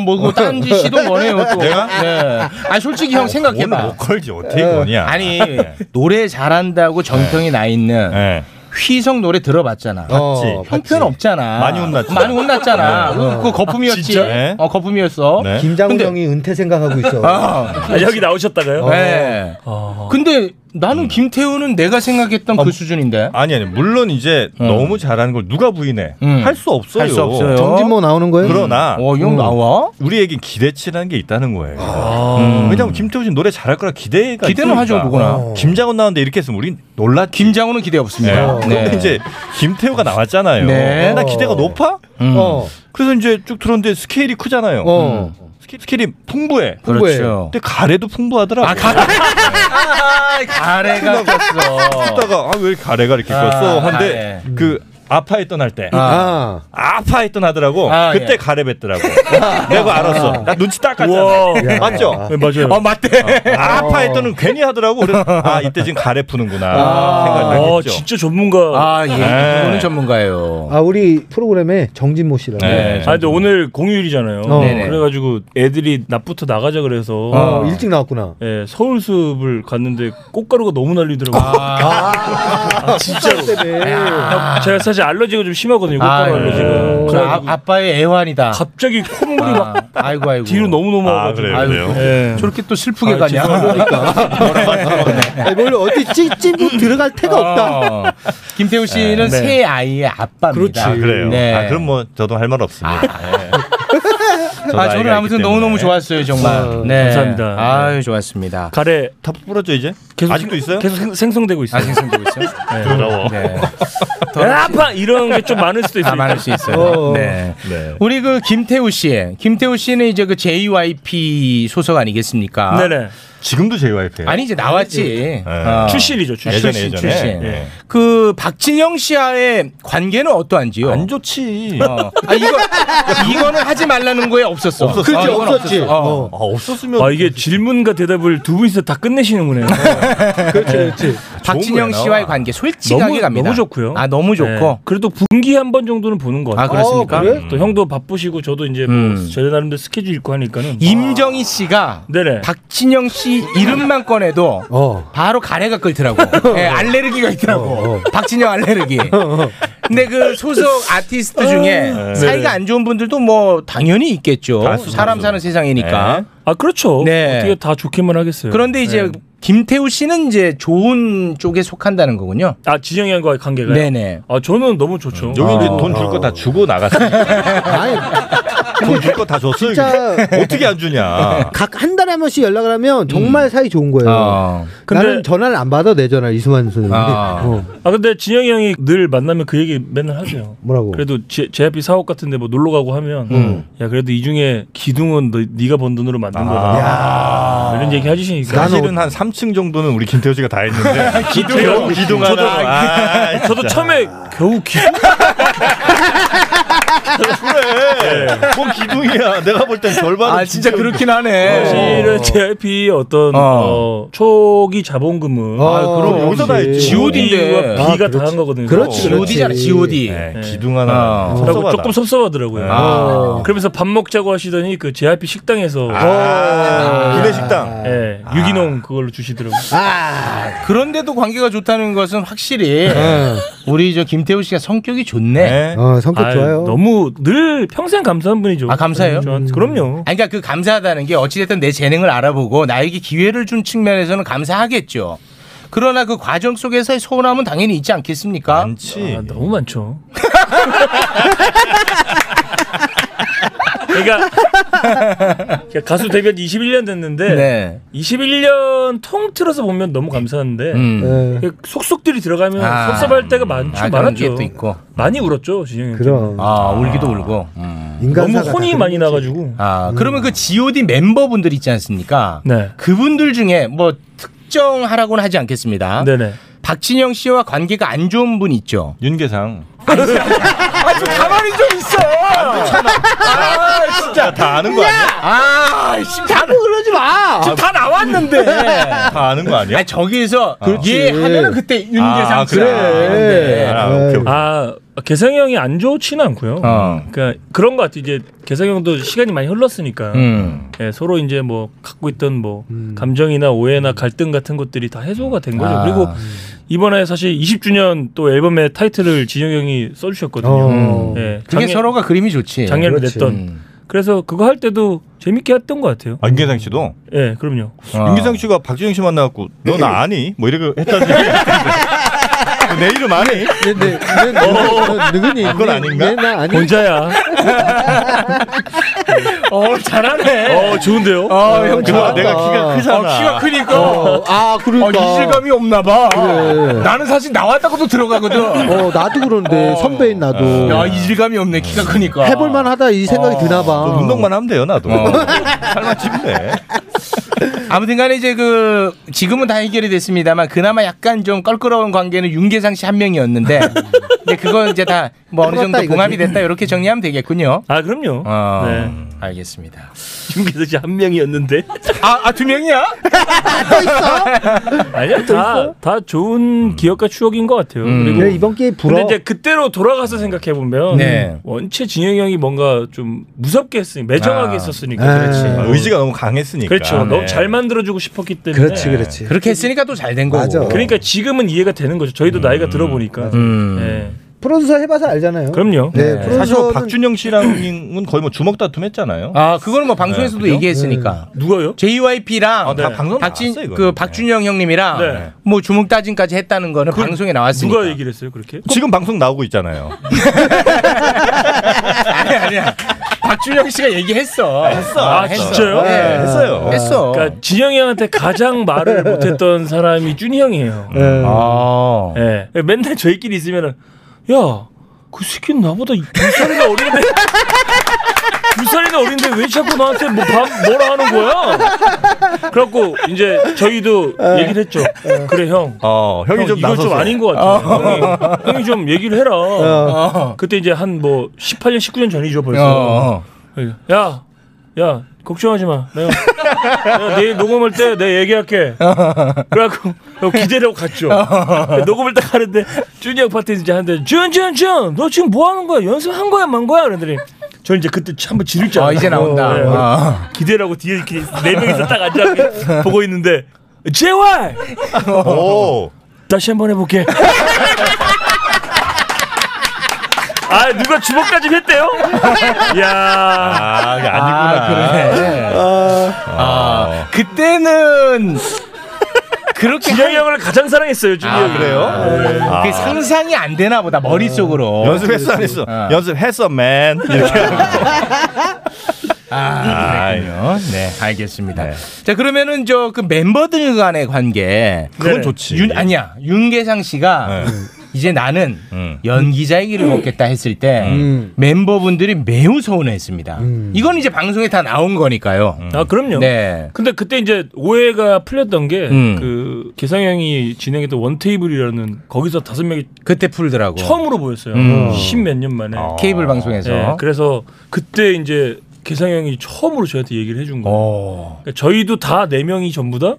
Speaker 7: 뭐그 딴지 시도 뭐네요, 또.
Speaker 8: 내가?
Speaker 7: 네. 아, 솔직히 형 생각해
Speaker 8: 오늘
Speaker 11: 뭐
Speaker 7: 봐.
Speaker 8: 못 걸지 어떻게 거냐?
Speaker 7: 아니, 노래 잘한다고
Speaker 11: 네.
Speaker 7: 정평이 나 있는
Speaker 8: 예.
Speaker 7: 휘성 노래 들어봤잖아.
Speaker 8: 봤지.
Speaker 7: 형편 없잖아.
Speaker 8: 많이 혼났죠.
Speaker 7: 많이 혼났잖아.
Speaker 8: 네.
Speaker 7: 그거 거품이었지.
Speaker 8: 진짜? 네.
Speaker 7: 어, 거품이었어.
Speaker 8: 네.
Speaker 11: 김장훈
Speaker 7: 근데-
Speaker 11: 형이 은퇴 생각하고 있어.
Speaker 7: 아,
Speaker 9: 아, 여기 나오셨다가요?
Speaker 7: 네.
Speaker 9: 어.
Speaker 7: 근데 나는 김태우는 내가 생각했던 그 수준인데.
Speaker 8: 아니 아니 물론 이제 너무 잘하는 걸 누가 부인해?
Speaker 7: 음.
Speaker 8: 할 수 없어요.
Speaker 7: 할수 없어요.
Speaker 11: 정진모 뭐 나오는 거예요?
Speaker 8: 그러나
Speaker 7: 어, 이형 나와?
Speaker 8: 우리에게 기대치라는 게 있다는 거예요.
Speaker 9: 아.
Speaker 8: 음. 왜냐면 김태우 씨 노래 잘할 거라 기대가
Speaker 7: 기대는 하죠,
Speaker 8: 있으니까.
Speaker 7: 누구나.
Speaker 8: 그러니까 어. 김장훈 나왔는데 이렇게 했으면 우린 놀랐지.
Speaker 7: 김장훈은 기대
Speaker 8: 네.
Speaker 7: 없습니다.
Speaker 8: 근데 이제 김태우가 나왔잖아요. 어,
Speaker 7: 네.
Speaker 8: 나 기대가 높아?
Speaker 7: 음.
Speaker 11: 어,
Speaker 8: 그래서 이제 쭉 들었는데 스케일이 크잖아요. 음.
Speaker 11: 어.
Speaker 8: 스케- 스케일이 풍부해.
Speaker 7: 그렇죠.
Speaker 8: 근데 가래도 풍부하더라고.
Speaker 7: 아 가래. 아, 가래가 컸어.
Speaker 8: 다가 아, 왜 가래가 이렇게
Speaker 7: 아,
Speaker 8: 꼈어? 한데
Speaker 7: 가래.
Speaker 8: 그 아파에 떠날 때.
Speaker 11: 아,
Speaker 8: 아파에 떠나더라고.
Speaker 7: 아,
Speaker 8: 그때
Speaker 7: 예. 아.
Speaker 8: 가래 뱉더라고. 내가 그거 알았어. 나 눈치 딱
Speaker 9: 우와.
Speaker 8: 갔잖아. 맞죠?
Speaker 9: 네, 맞아요.
Speaker 7: 어 맞대.
Speaker 8: 아파에 떠는 괜히 하더라고. 그래서 아 이때 지금 가래 푸는구나
Speaker 9: 아,
Speaker 8: 생각했죠.
Speaker 9: 진짜 전문가. 아,
Speaker 7: 아 예.
Speaker 8: 네.
Speaker 7: 이거는 전문가예요.
Speaker 11: 아 우리 프로그램에 정진모 씨라.
Speaker 8: 네.
Speaker 9: 근데 아, 오늘 공휴일이잖아요.
Speaker 11: 어.
Speaker 7: 네네.
Speaker 9: 그래가지고 애들이 낮부터 나가자 그래서
Speaker 11: 어, 일찍 나왔구나.
Speaker 9: 예, 서울 숲을 갔는데 꽃가루가 너무 날리더라고요.
Speaker 11: 아, 진짜로.
Speaker 9: 아, 제가 사실 알러지가 좀 심하거든요.
Speaker 7: 아,
Speaker 9: 꽃가루
Speaker 8: 네.
Speaker 9: 알러지가.
Speaker 7: 그 아,
Speaker 9: 그래가지고
Speaker 7: 아빠의 애환이다.
Speaker 9: 갑자기 콧물이
Speaker 7: 아,
Speaker 9: 막
Speaker 7: 아이고 아이고.
Speaker 9: 뒤로 너무
Speaker 8: 아
Speaker 9: 넘어가지고.
Speaker 8: 그래요. 그래요.
Speaker 9: 예.
Speaker 7: 저렇게 또 슬프게
Speaker 9: 아,
Speaker 7: 가냐?
Speaker 11: 아니, 뭘 어디 찐찐 들어갈 데가 없다.
Speaker 7: 어. 김태우 씨는
Speaker 9: 네.
Speaker 7: 새 아이의 아빠입니다.
Speaker 8: 아, 그래요.
Speaker 7: 네. 예.
Speaker 8: 아, 그럼 뭐 저도 할 말 없습니다. 네. 저도
Speaker 7: 아,
Speaker 8: 아이가
Speaker 7: 저는
Speaker 8: 있기
Speaker 7: 아무튼
Speaker 8: 때문에.
Speaker 7: 너무너무 좋았어요, 정말. 네.
Speaker 9: 감사합니다.
Speaker 7: 아유, 좋았습니다.
Speaker 9: 가래
Speaker 8: 다 부러져 이제?
Speaker 9: 계속
Speaker 8: 아직도
Speaker 9: 생-
Speaker 8: 있어요?
Speaker 9: 계속 생- 생성되고 있어요.
Speaker 7: 아직 생기고 있어요?
Speaker 8: 더러워.
Speaker 7: 네.
Speaker 9: 아, 아파 이런 게 좀 많을
Speaker 7: 다
Speaker 9: 수도 있어요.
Speaker 7: 아, 많을 수 있어요.
Speaker 11: 어.
Speaker 7: 네.
Speaker 8: 네.
Speaker 7: 우리 그 김태우 씨, 김태우 씨는 이제 그 JYP 소속 아니겠습니까?
Speaker 9: 네네.
Speaker 8: 지금도 JYP예요.
Speaker 7: 아니 이제
Speaker 8: 네,
Speaker 7: 나왔지. 어.
Speaker 9: 출신이죠. 출신.
Speaker 8: 예전에
Speaker 7: 출신,
Speaker 8: 예전에.
Speaker 7: 출신.
Speaker 8: 예.
Speaker 7: 그 박진영 씨와의 관계는 어떠한지요?
Speaker 8: 안 좋지.
Speaker 7: 어. 아 이거 이거는 하지 말라는 거에 없었어.
Speaker 8: 없었어.
Speaker 7: 어,
Speaker 11: 그렇지
Speaker 7: 이건
Speaker 11: 없었지.
Speaker 7: 없었어. 어.
Speaker 11: 어.
Speaker 8: 아, 없었으면
Speaker 9: 아 이게 질문과 대답을 두 분이서 다 끝내시는군요.
Speaker 7: 아,
Speaker 11: 그렇지 그렇지.
Speaker 7: 박진영
Speaker 8: 거야,
Speaker 7: 씨와의
Speaker 8: 나와.
Speaker 7: 관계 솔직하게
Speaker 9: 너무
Speaker 7: 갑니다.
Speaker 9: 너무 좋고요.
Speaker 7: 아 너무 좋고.
Speaker 9: 네. 그래도 분기 한 번 정도는 보는 것
Speaker 7: 아
Speaker 9: 같아요.
Speaker 7: 그렇습니까?
Speaker 11: 어, 그래?
Speaker 9: 또 형도 바쁘시고 저도 이제
Speaker 7: 음.
Speaker 9: 뭐 저희 나름대로 스케줄 있고 하니까는
Speaker 7: 임정희 씨가
Speaker 9: 네네.
Speaker 7: 박진영 씨 이름만 꺼내도
Speaker 11: 어.
Speaker 7: 바로 가래가 끓더라고. 예, 알레르기가 있더라고. 박진영 알레르기. 근데 그 소속 아티스트 중에 사이가 안 좋은 분들도 뭐 당연히 있겠죠.
Speaker 8: 다수, 네.
Speaker 7: 사람
Speaker 8: 다수.
Speaker 7: 사는 세상이니까.
Speaker 9: 아 그렇죠.
Speaker 7: 네.
Speaker 9: 어떻게 다 좋게만 하겠어요.
Speaker 7: 그런데 이제
Speaker 9: 네.
Speaker 7: 김태우 씨는 이제 좋은 쪽에 속한다는 거군요.
Speaker 9: 아 지정이 형과 관계가 요
Speaker 7: 네네. 음.
Speaker 9: 아 저는 너무 좋죠.
Speaker 8: 여기
Speaker 7: 아,
Speaker 8: 이제 돈 줄 거 다 주고 나갔으니까
Speaker 11: 아니
Speaker 8: 돈줄 거 다 줬어요.
Speaker 11: 진짜-
Speaker 8: 이게. 어떻게 안 주냐?
Speaker 11: 각 한 달에 한 번씩 연락을 하면 정말 사이 좋은 거예요.
Speaker 7: 어.
Speaker 9: 근데-
Speaker 11: 나는 전화를 안 받아 내 전화 이수만 선생님.
Speaker 7: 아.
Speaker 11: 어,
Speaker 9: 아 근데 진영이 형이 늘 만나면 그 얘기 맨날 하세요.
Speaker 11: 뭐라고?
Speaker 9: 그래도 제, 제앞이 사옥 같은데 뭐 놀러 가고 하면
Speaker 7: 음.
Speaker 9: 야 그래도 이 중에 기둥은 너, 네가 번 돈으로 만든
Speaker 7: 아.
Speaker 9: 거다. 뭐 이런 얘기
Speaker 11: 그
Speaker 9: 해주시니까
Speaker 8: 사실은 한 3층 정도는 우리 김태호 씨가 다 했는데
Speaker 9: 기둥
Speaker 8: 기둥
Speaker 9: 저도,
Speaker 8: 하나. 아,
Speaker 9: 저도
Speaker 8: 진짜.
Speaker 9: 처음에 겨우
Speaker 7: 어.
Speaker 9: 기둥
Speaker 8: 그래. 네. 뭔 기둥이야. 내가 볼 땐 절반은
Speaker 7: 아 진짜 그렇긴 하네.
Speaker 9: 사실은 JYP 어떤
Speaker 7: 어. 아,
Speaker 9: 어, 초기 자본금은
Speaker 8: 그럼
Speaker 11: 그렇지.
Speaker 8: 여기서 다 했지.
Speaker 7: 예. G.O.D인데.
Speaker 9: B가
Speaker 11: 아,
Speaker 9: 예. 다 한 거거든요.
Speaker 11: 그렇지, 그렇지.
Speaker 7: G.O.D잖아. G.O.D.
Speaker 8: 네, 기둥 하나.
Speaker 7: 어.
Speaker 9: 그래서
Speaker 8: 섭섭하다.
Speaker 9: 조금 섭섭하더라고요.
Speaker 7: 아.
Speaker 9: 그러면서 밥 먹자고 하시더니 그 JYP 식당에서
Speaker 8: 아, 구내식당.
Speaker 9: 예,
Speaker 7: 아.
Speaker 9: 유기농 그걸로 주시더라고요.
Speaker 7: 그런데도 관계가 좋다는 것은 확실히
Speaker 9: 네.
Speaker 7: 우리 저 김태우 씨가 성격이 좋네.
Speaker 8: 네.
Speaker 11: 어, 성격
Speaker 9: 아유,
Speaker 11: 좋아요.
Speaker 9: 너무 늘 평생 감사한 분이죠.
Speaker 7: 아, 감사해요?
Speaker 9: 저한테. 그럼요.
Speaker 7: 아니, 그러니까 그 감사하다는 게 어찌됐든 내 재능을 알아보고 나에게 기회를 준 측면에서는 감사하겠죠. 그러나 그 과정 속에서의 서운함은 당연히 있지 않겠습니까? 많지.
Speaker 9: 너무 많죠. 그러니까 야, 가수 데뷔한 지 21년 됐는데
Speaker 7: 네.
Speaker 9: 21년 통틀어서 보면 너무 감사한데
Speaker 7: 음.
Speaker 9: 그 속속들이 들어가면
Speaker 7: 아,
Speaker 9: 섭섭할 때가 많죠
Speaker 7: 아, 그런
Speaker 9: 많았죠.
Speaker 7: 게또 있고.
Speaker 9: 많이 울었죠 지영이.
Speaker 7: 그럼. 아, 울기도 울고.
Speaker 9: 너무 혼이 많이 나가지고.
Speaker 7: 아, 그러면 그 G.O.D 멤버분들 있지 않습니까?
Speaker 9: 음. 네.
Speaker 7: 그분들 중에 뭐 특정하라고는 하지
Speaker 9: 아?
Speaker 7: 않겠습니다. 네네. 박진영 씨와 관계가 안 좋은 분 있죠.
Speaker 8: 윤계상.
Speaker 7: 아좀 가만히 좀 있어. 아 진짜
Speaker 8: 다 아는 거 아니야?
Speaker 7: 아, 씨, 자꾸 그러지 마. 지금 다 나왔는데.
Speaker 8: 다 아는 거 아니야?
Speaker 7: 아 저기서
Speaker 8: 그렇지.
Speaker 7: 얘 하면은 그때 윤계상
Speaker 9: 아,
Speaker 7: 씨.
Speaker 9: 그래.
Speaker 7: 네.
Speaker 9: 아, 개성이 형이 안 좋지는 않고요.
Speaker 7: 어.
Speaker 9: 그러니까 그런 것 같아. 이제 개성이 형도 시간이 많이 흘렀으니까
Speaker 7: 음.
Speaker 9: 예, 서로 이제 뭐 갖고 있던 뭐 감정이나 오해나 갈등 같은 것들이 다 해소가 된 거죠.
Speaker 7: 아.
Speaker 9: 그리고 이번에 사실 20주년 또 앨범의 타이틀을 진영 형이 써주셨거든요.
Speaker 7: 어.
Speaker 9: 예,
Speaker 7: 그게
Speaker 9: 작년-
Speaker 7: 서로가 네, 그림이 좋지. 음.
Speaker 9: 작년에
Speaker 7: 그렇지.
Speaker 9: 냈던. 그래서 그거 할 때도 재밌게 했던 것 같아요.
Speaker 8: 윤계상 씨도?
Speaker 9: 예, 그럼요.
Speaker 7: 어. 아.
Speaker 8: 윤계상 씨가 박진영 씨 만나갖고 너 나 아니? 뭐 이렇게 했다는 얘기. 내 이름 아니? 네, 네,
Speaker 3: 누구니?
Speaker 8: 그건 아닌가?
Speaker 9: 혼자야.
Speaker 7: 어 잘하네.
Speaker 9: 어 좋은데요.
Speaker 7: 어, 형 좋아.
Speaker 8: 내가 키가 크잖아.
Speaker 7: 어, 키가 크니까.
Speaker 3: 어, 아, 그러니까.
Speaker 7: 어, 이질감이 없나 봐.
Speaker 3: 그래.
Speaker 7: 나는 사실 나왔다고도 들어가거든.
Speaker 3: 어, 나도 그런데 선배인 나도.
Speaker 7: 야 이질감이 없네 키가 크니까.
Speaker 3: 해볼만 하다 이 생각이 드나 봐.
Speaker 7: 좀 운동만
Speaker 8: 하면 돼요, 나도. 살만 찝네.
Speaker 7: 아무튼간에 이제 그 지금은 다 해결이 됐습니다만 그나마 약간 좀 껄끄러운 관계는 윤계상 씨 한 명이었는데 이제 그건 이제 다 뭐 어느
Speaker 9: 풀었다
Speaker 7: 정도 봉합이
Speaker 9: 이거지.
Speaker 7: 됐다 이렇게 정리하면 되겠군요.
Speaker 9: 아 그럼요.
Speaker 7: 어,
Speaker 9: 네.
Speaker 7: 알겠습니다.
Speaker 9: 윤계상 씨한 명이었는데.
Speaker 7: 아두 명이야?
Speaker 9: 또 있어? 아니야 다, 다 좋은
Speaker 8: 음.
Speaker 9: 기억과 추억인 것 같아요. 그리고
Speaker 11: 그래, 이번 기회에 불어.
Speaker 9: 근데 이제 그때로 돌아가서 생각해 보면
Speaker 11: 네.
Speaker 9: 원체 진영이 형이 뭔가 좀 무섭게 했으니 까 매정하게
Speaker 8: 아.
Speaker 9: 했었으니까
Speaker 8: 아.
Speaker 9: 그렇지.
Speaker 8: 아, 의지가 너무 강했으니까. 네.
Speaker 9: 그렇죠. 너무 잘 만들어주고 싶었기 때문에.
Speaker 8: 그렇지, 그렇지.
Speaker 7: 그렇게 했으니까 또 잘 된 거고.
Speaker 9: 맞아. 그러니까 지금은 이해가 되는 거죠.
Speaker 8: 음.
Speaker 9: 저희도 나이가 들어보니까. 네.
Speaker 11: 프로듀서 해봐서 알잖아요.
Speaker 9: 그럼요.
Speaker 11: 네,
Speaker 8: 사실 뭐
Speaker 11: 프로듀서는
Speaker 8: 박준영 씨랑은 거의 뭐 주먹 다툼했잖아요.
Speaker 7: 아, 그거는 뭐 방송에서도
Speaker 8: 그죠?
Speaker 7: 얘기했으니까.
Speaker 9: 누가요?
Speaker 7: JYP랑
Speaker 8: 아, 다 방송
Speaker 7: 박진
Speaker 8: 나왔어요, 이거는.
Speaker 7: 그 박준영 형님이랑
Speaker 8: 네.
Speaker 7: 뭐 주먹 따진까지 했다는 거는 방송에 나왔으니까.
Speaker 9: 누가 얘기를 했어요 그렇게?
Speaker 8: 지금 방송 나오고 있잖아요.
Speaker 7: 아니 아니야. 박준영 씨가 얘기했어. 했어.
Speaker 9: 아, 진짜요?
Speaker 7: 네. 했어.
Speaker 9: 그러니까 진영이 형한테 가장 말을 못했던 사람이 준이 형이에요.
Speaker 8: 음.
Speaker 7: 아.
Speaker 9: 예. 맨날 저희끼리 있으면은 야, 그 새끼는 나보다 두 살이나 어린데 두 살이나 어린데 왜 자꾸 나한테 뭐 밥, 뭐라 하는 거야? 그래갖고 이제 저희도 얘기를 했죠. 그래 형.
Speaker 8: 어, 예. 형이 좀 어.
Speaker 9: 이거 좀
Speaker 8: 나서서.
Speaker 9: 아닌 것 같아. 형이, 형이 좀 얘기를 해라.
Speaker 8: 어.
Speaker 9: 그때 이제 한 뭐 18년, 19년 전이죠 벌써.
Speaker 7: 어.
Speaker 9: 예. 야, 야, 걱정하지 마. 내가, 내가 내일 녹음할 때 내 얘기할게. 그래갖고 기대라고 갔죠. 녹음을 딱 하는데 준이 형 파트에 이제 하는데 준준 준 너 지금 뭐 하는 거야? 연습한 거야, 만 거야? 그러더니 저 이제 그때 한번 지를 줄
Speaker 7: 아,
Speaker 9: 알았어요. 예.
Speaker 7: 이제 나온다. 아.
Speaker 9: 기대라고 뒤에 이렇게 네 명이서 딱 앉아 이렇게 보고 있는데 제발 다시 한번 해볼게. 아 누가 주먹까지 했대요? 야
Speaker 8: 아, 이게
Speaker 7: 아니구나. 그래. 아, 그때는 그렇게 아,
Speaker 9: 준영이 형을 가장 사랑했어요, 준이 형이.
Speaker 7: 그래요?
Speaker 8: 아.
Speaker 7: 그 상상이 안 되나 보다 머릿속으로.
Speaker 8: 연습했어 안 했어?
Speaker 7: 아.
Speaker 8: 연습했어 맨 이렇게
Speaker 7: 아, 그렇군요. 네, 알겠습니다. 자, 그러면은 저 그 멤버들 간의 관계.
Speaker 8: 그건 네네. 좋지.
Speaker 7: 윤, 아니야. 윤계상 씨가 이제 나는 연기자의 길을 걷겠다 했을 때 멤버분들이 매우 서운해 했습니다. 이건 이제 방송에 다 나온 거니까요.
Speaker 9: 아, 그럼요.
Speaker 7: 네.
Speaker 9: 근데 그때 이제 오해가 풀렸던
Speaker 7: 음.
Speaker 9: 게 그 개성 형이 진행했던 원 테이블이라는 거기서 다섯 명이
Speaker 7: 그때 풀더라고.
Speaker 9: 처음으로 보였어요.
Speaker 7: 음.
Speaker 9: 십 몇 년 만에
Speaker 8: 아.
Speaker 7: 케이블 방송에서.
Speaker 9: 예, 그래서 그때 이제 개성 형이 처음으로 저한테 얘기를
Speaker 7: 네.
Speaker 9: 해준
Speaker 7: 어.
Speaker 9: 거예요. 그러니까 저희도 다 네 명이 전부 다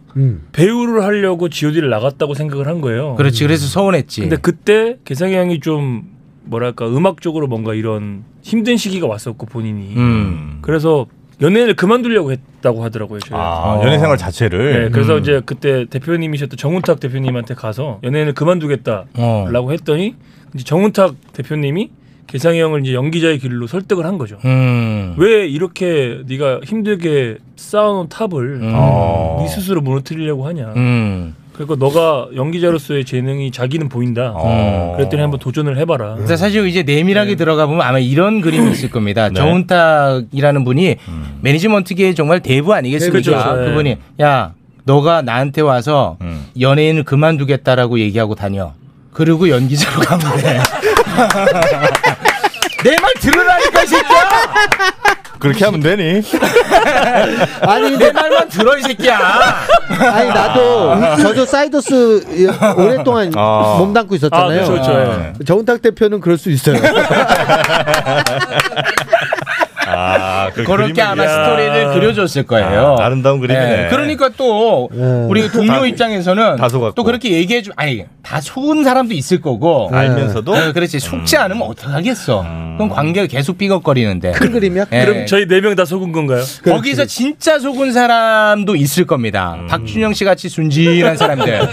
Speaker 9: 배우를 하려고 G.O.D를 나갔다고 생각을 한 거예요.
Speaker 7: 그렇지. 그래서 서운했지.
Speaker 9: 근데 그때 개성이 형이 좀 뭐랄까 음악적으로 뭔가 이런 힘든 시기가 왔었고 본인이
Speaker 7: 음.
Speaker 9: 그래서 연예를 그만두려고 했다고 하더라고요. 저희
Speaker 8: 아, 연애 생활 자체를.
Speaker 9: 네, 그래서
Speaker 8: 음.
Speaker 9: 이제 그때 대표님이셨던 정운탁 대표님한테 가서 연예인을 그만두겠다라고
Speaker 8: 어.
Speaker 9: 했더니 이제 정운탁 대표님이 개상이 형을 이제 연기자의 길로 설득을 한 거죠.
Speaker 7: 음.
Speaker 9: 왜 이렇게 네가 힘들게 쌓아놓은 탑을
Speaker 7: 음.
Speaker 9: 어.
Speaker 8: 어,
Speaker 9: 네 스스로 무너뜨리려고 하냐.
Speaker 7: 음.
Speaker 9: 그러니까 너가 연기자로서의 재능이 자기는 보인다.
Speaker 7: 어.
Speaker 9: 그랬더니 한번 도전을 해봐라.
Speaker 7: 그래서 사실 이제 내밀하게 들어가 보면 아마 이런 그림이 있을 겁니다.
Speaker 9: 네. 음.
Speaker 7: 정운탁이라는 분이 매니지먼트계의 정말 대부 아니겠습니까?
Speaker 9: 대부죠. 네. 음.
Speaker 7: 그분이 야 너가 나한테 와서 연예인을 그만두겠다라고 얘기하고 다녀. 그리고 연기자로 가면 돼. 내 말 들으라니까 이 새끼야.
Speaker 8: 그렇게 하면 되니?
Speaker 3: 아니
Speaker 7: 내 말만 들어 이 새끼야.
Speaker 3: 아니 나도 저도 사이더스 오랫동안
Speaker 8: 아.
Speaker 3: 몸 담고 있었잖아요.
Speaker 8: 아, 그쵸,
Speaker 9: 그렇죠.
Speaker 8: 그쵸, 예.
Speaker 3: 정은탁 대표는 그럴 수 있어요.
Speaker 8: 아, 그
Speaker 7: 그렇게
Speaker 8: 그림이야.
Speaker 7: 아마 스토리를 그려줬을 거예요.
Speaker 8: 아, 름다운 그림이네. 음.
Speaker 7: 네, 그러니까 또 우리 동료 입장에서는 또 그렇게 얘기해 주 아니 다 속은 사람도 있을 거고
Speaker 8: 아, 알면서도? 음.
Speaker 7: 네, 그렇지 속지 않으면 어떡하겠어 그럼 관계가 계속 삐걱거리는데 큰
Speaker 3: 그림이야
Speaker 9: 그럼 저희 네 명 다 속은 건가요?
Speaker 7: 거기서 진짜 속은 사람도 있을 겁니다
Speaker 8: 음.
Speaker 7: 박준영 씨 같이 순진한 사람들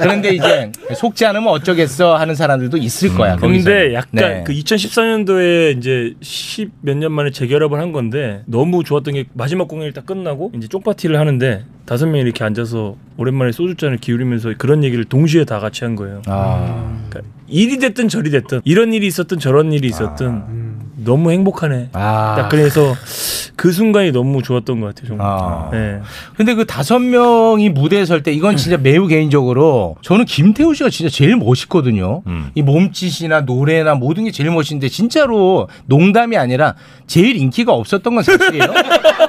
Speaker 7: 그런데 이제 속지 않으면 어쩌겠어 하는 사람들도 있을
Speaker 8: 음.
Speaker 7: 거야 아, 거기서.
Speaker 9: 근데 약간
Speaker 7: 네.
Speaker 9: 그 2014년도에 이제 10 몇 년 만에 재결합을 한 건데 너무 좋았던 게 마지막 공연이 딱 끝나고 이제 쪽파티를 하는데 다섯 명이 이렇게 앉아서 오랜만에 소주잔을 기울이면서 그런 얘기를 동시에 다 같이 한 거예요.
Speaker 7: 아.
Speaker 9: 그러니까 일이 됐든 저리 됐든 이런 일이 있었든 저런 일이 있었든 너무 행복하네.
Speaker 7: 아.
Speaker 9: 딱 그래서 그 순간이 너무 좋았던 것 같아요. 정말. 네.
Speaker 7: 근데 그 다섯 명이 무대에 설 때 이건 진짜 매우 개인적으로 저는 김태우 씨가 진짜 제일 멋있거든요. 이 몸짓이나 노래나 모든 게 제일 멋있는데 진짜로 농담이 아니라 제일 인기가 없었던 건 사실이에요.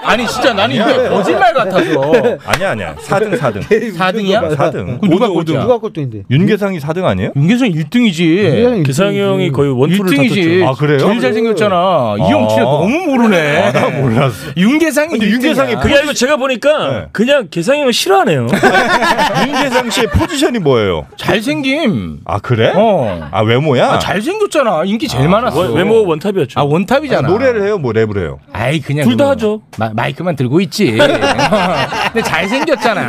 Speaker 7: 아니 진짜 나는 이게
Speaker 8: 아니야.
Speaker 7: 거짓말 같아서.
Speaker 8: 아니야, 아니야. 4등, 4등.
Speaker 7: 4등이야? 그럼
Speaker 8: 4등.
Speaker 7: 누가 꼴등이야?
Speaker 3: 누가 꼴등인데?
Speaker 8: 윤계상이 4등 아니에요?
Speaker 7: 윤계상 1등이지.
Speaker 9: 계상이 형이 거의 원투를
Speaker 7: 1등이지.
Speaker 8: 탔었죠. 아, 그래요?
Speaker 7: 제일 잘생겼잖아. 이 형 진짜 너무 모르네.
Speaker 8: 아, 나 몰랐어.
Speaker 7: 윤계상이
Speaker 9: 근데 윤계상이
Speaker 7: 1등이야.
Speaker 9: 그게 아니고 제가 보니까
Speaker 7: 네.
Speaker 9: 그냥 계상이 형을 싫어하네요.
Speaker 8: 윤계상 씨의 포지션이 뭐예요?
Speaker 7: 잘생김.
Speaker 8: 아, 그래?
Speaker 7: 어.
Speaker 8: 아, 외모야?
Speaker 7: 아, 잘생겼잖아. 인기 제일
Speaker 8: 아,
Speaker 7: 많았어.
Speaker 8: 원- 외모
Speaker 3: 그렇죠.
Speaker 9: 원탑이었죠.
Speaker 7: 아, 원탑이잖아.
Speaker 8: 아, 노래를 해요, 뭐 랩을 해요.
Speaker 7: 아이, 그냥.
Speaker 8: 둘다
Speaker 7: 그거.
Speaker 8: 하죠.
Speaker 7: 마, 이크만 들고 있지. 근데 잘생겼잖아.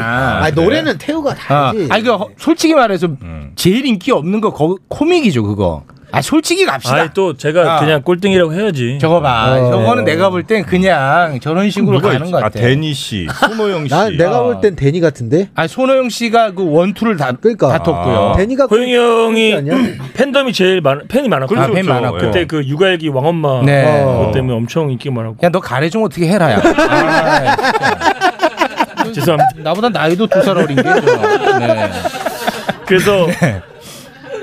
Speaker 3: 아, 노래는 태우가
Speaker 7: 아,
Speaker 3: 다지. 음.
Speaker 7: 아니, 그, 허- 솔직히 말해서 제일 인기 없는 거, 거 코믹이죠, 그거. 아, 솔직히 갑시다.
Speaker 9: 아니 또 제가
Speaker 7: 아.
Speaker 9: 그냥 꼴등이라고 해야지.
Speaker 7: 저거 봐.
Speaker 9: 어.
Speaker 7: 저거는 내가 볼 땐 그냥 저런 식으로
Speaker 9: 누가
Speaker 7: 가는
Speaker 9: 있지?
Speaker 7: 것
Speaker 9: 아,
Speaker 7: 같아.
Speaker 9: 데니 씨,
Speaker 8: 손호영 아,
Speaker 3: 난 내가 볼 땐 데니 같은데.
Speaker 7: 아, 손호영 씨가 그 원투를 다,
Speaker 3: 그러니까.
Speaker 7: 다 텄고요.
Speaker 3: 아,
Speaker 9: 호영이 형이 팬덤이 제일 많 팬이 많았고
Speaker 7: 그렇죠, 아, 팬 그렇죠. 많았고.
Speaker 9: 그때 그 육아일기 왕엄마
Speaker 7: 네.
Speaker 3: 어.
Speaker 9: 그것 때문에 엄청 인기 많았고
Speaker 7: 야, 너 가래 좀 어떻게 해라, 야. 아,
Speaker 9: 죄송합니다.
Speaker 7: 나보다 나이도 두 살 어린 게. 저. 네.
Speaker 9: 그래서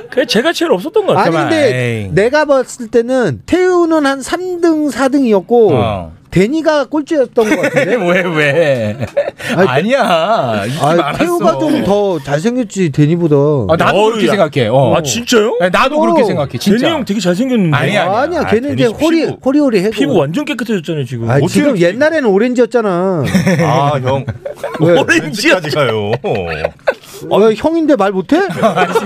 Speaker 9: 그냥 제가 제일 없었던 것
Speaker 3: 네. 아니
Speaker 9: 같아요.
Speaker 3: 근데 내가 봤을 때는 태우는 한 3등 4등이었고
Speaker 7: 어.
Speaker 3: 데니가 꼴찌였던 것 같은데.
Speaker 7: 왜 왜? 아니, 야 인기 많았어. 네.
Speaker 3: 태우가 좀 더 잘생겼지 데니보다.
Speaker 7: 아, 나도 그렇게 생각해. 어.
Speaker 9: 아 진짜요?
Speaker 7: 네, 나도 그렇게 생각해. 진짜.
Speaker 9: 제니 형 되게 잘생겼는데.
Speaker 7: 아니야, 아니야.
Speaker 3: 어. 아니야 걔는 이제 호리 호리호리 해.
Speaker 9: 피부 완전 깨끗해졌잖아요 지금.
Speaker 3: 아, 지금 옛날에는 오렌지였잖아.
Speaker 8: 아, 형. 오렌지까지 가요.
Speaker 3: 왜 어, 형인데 말 못해? 야,
Speaker 8: 말할 수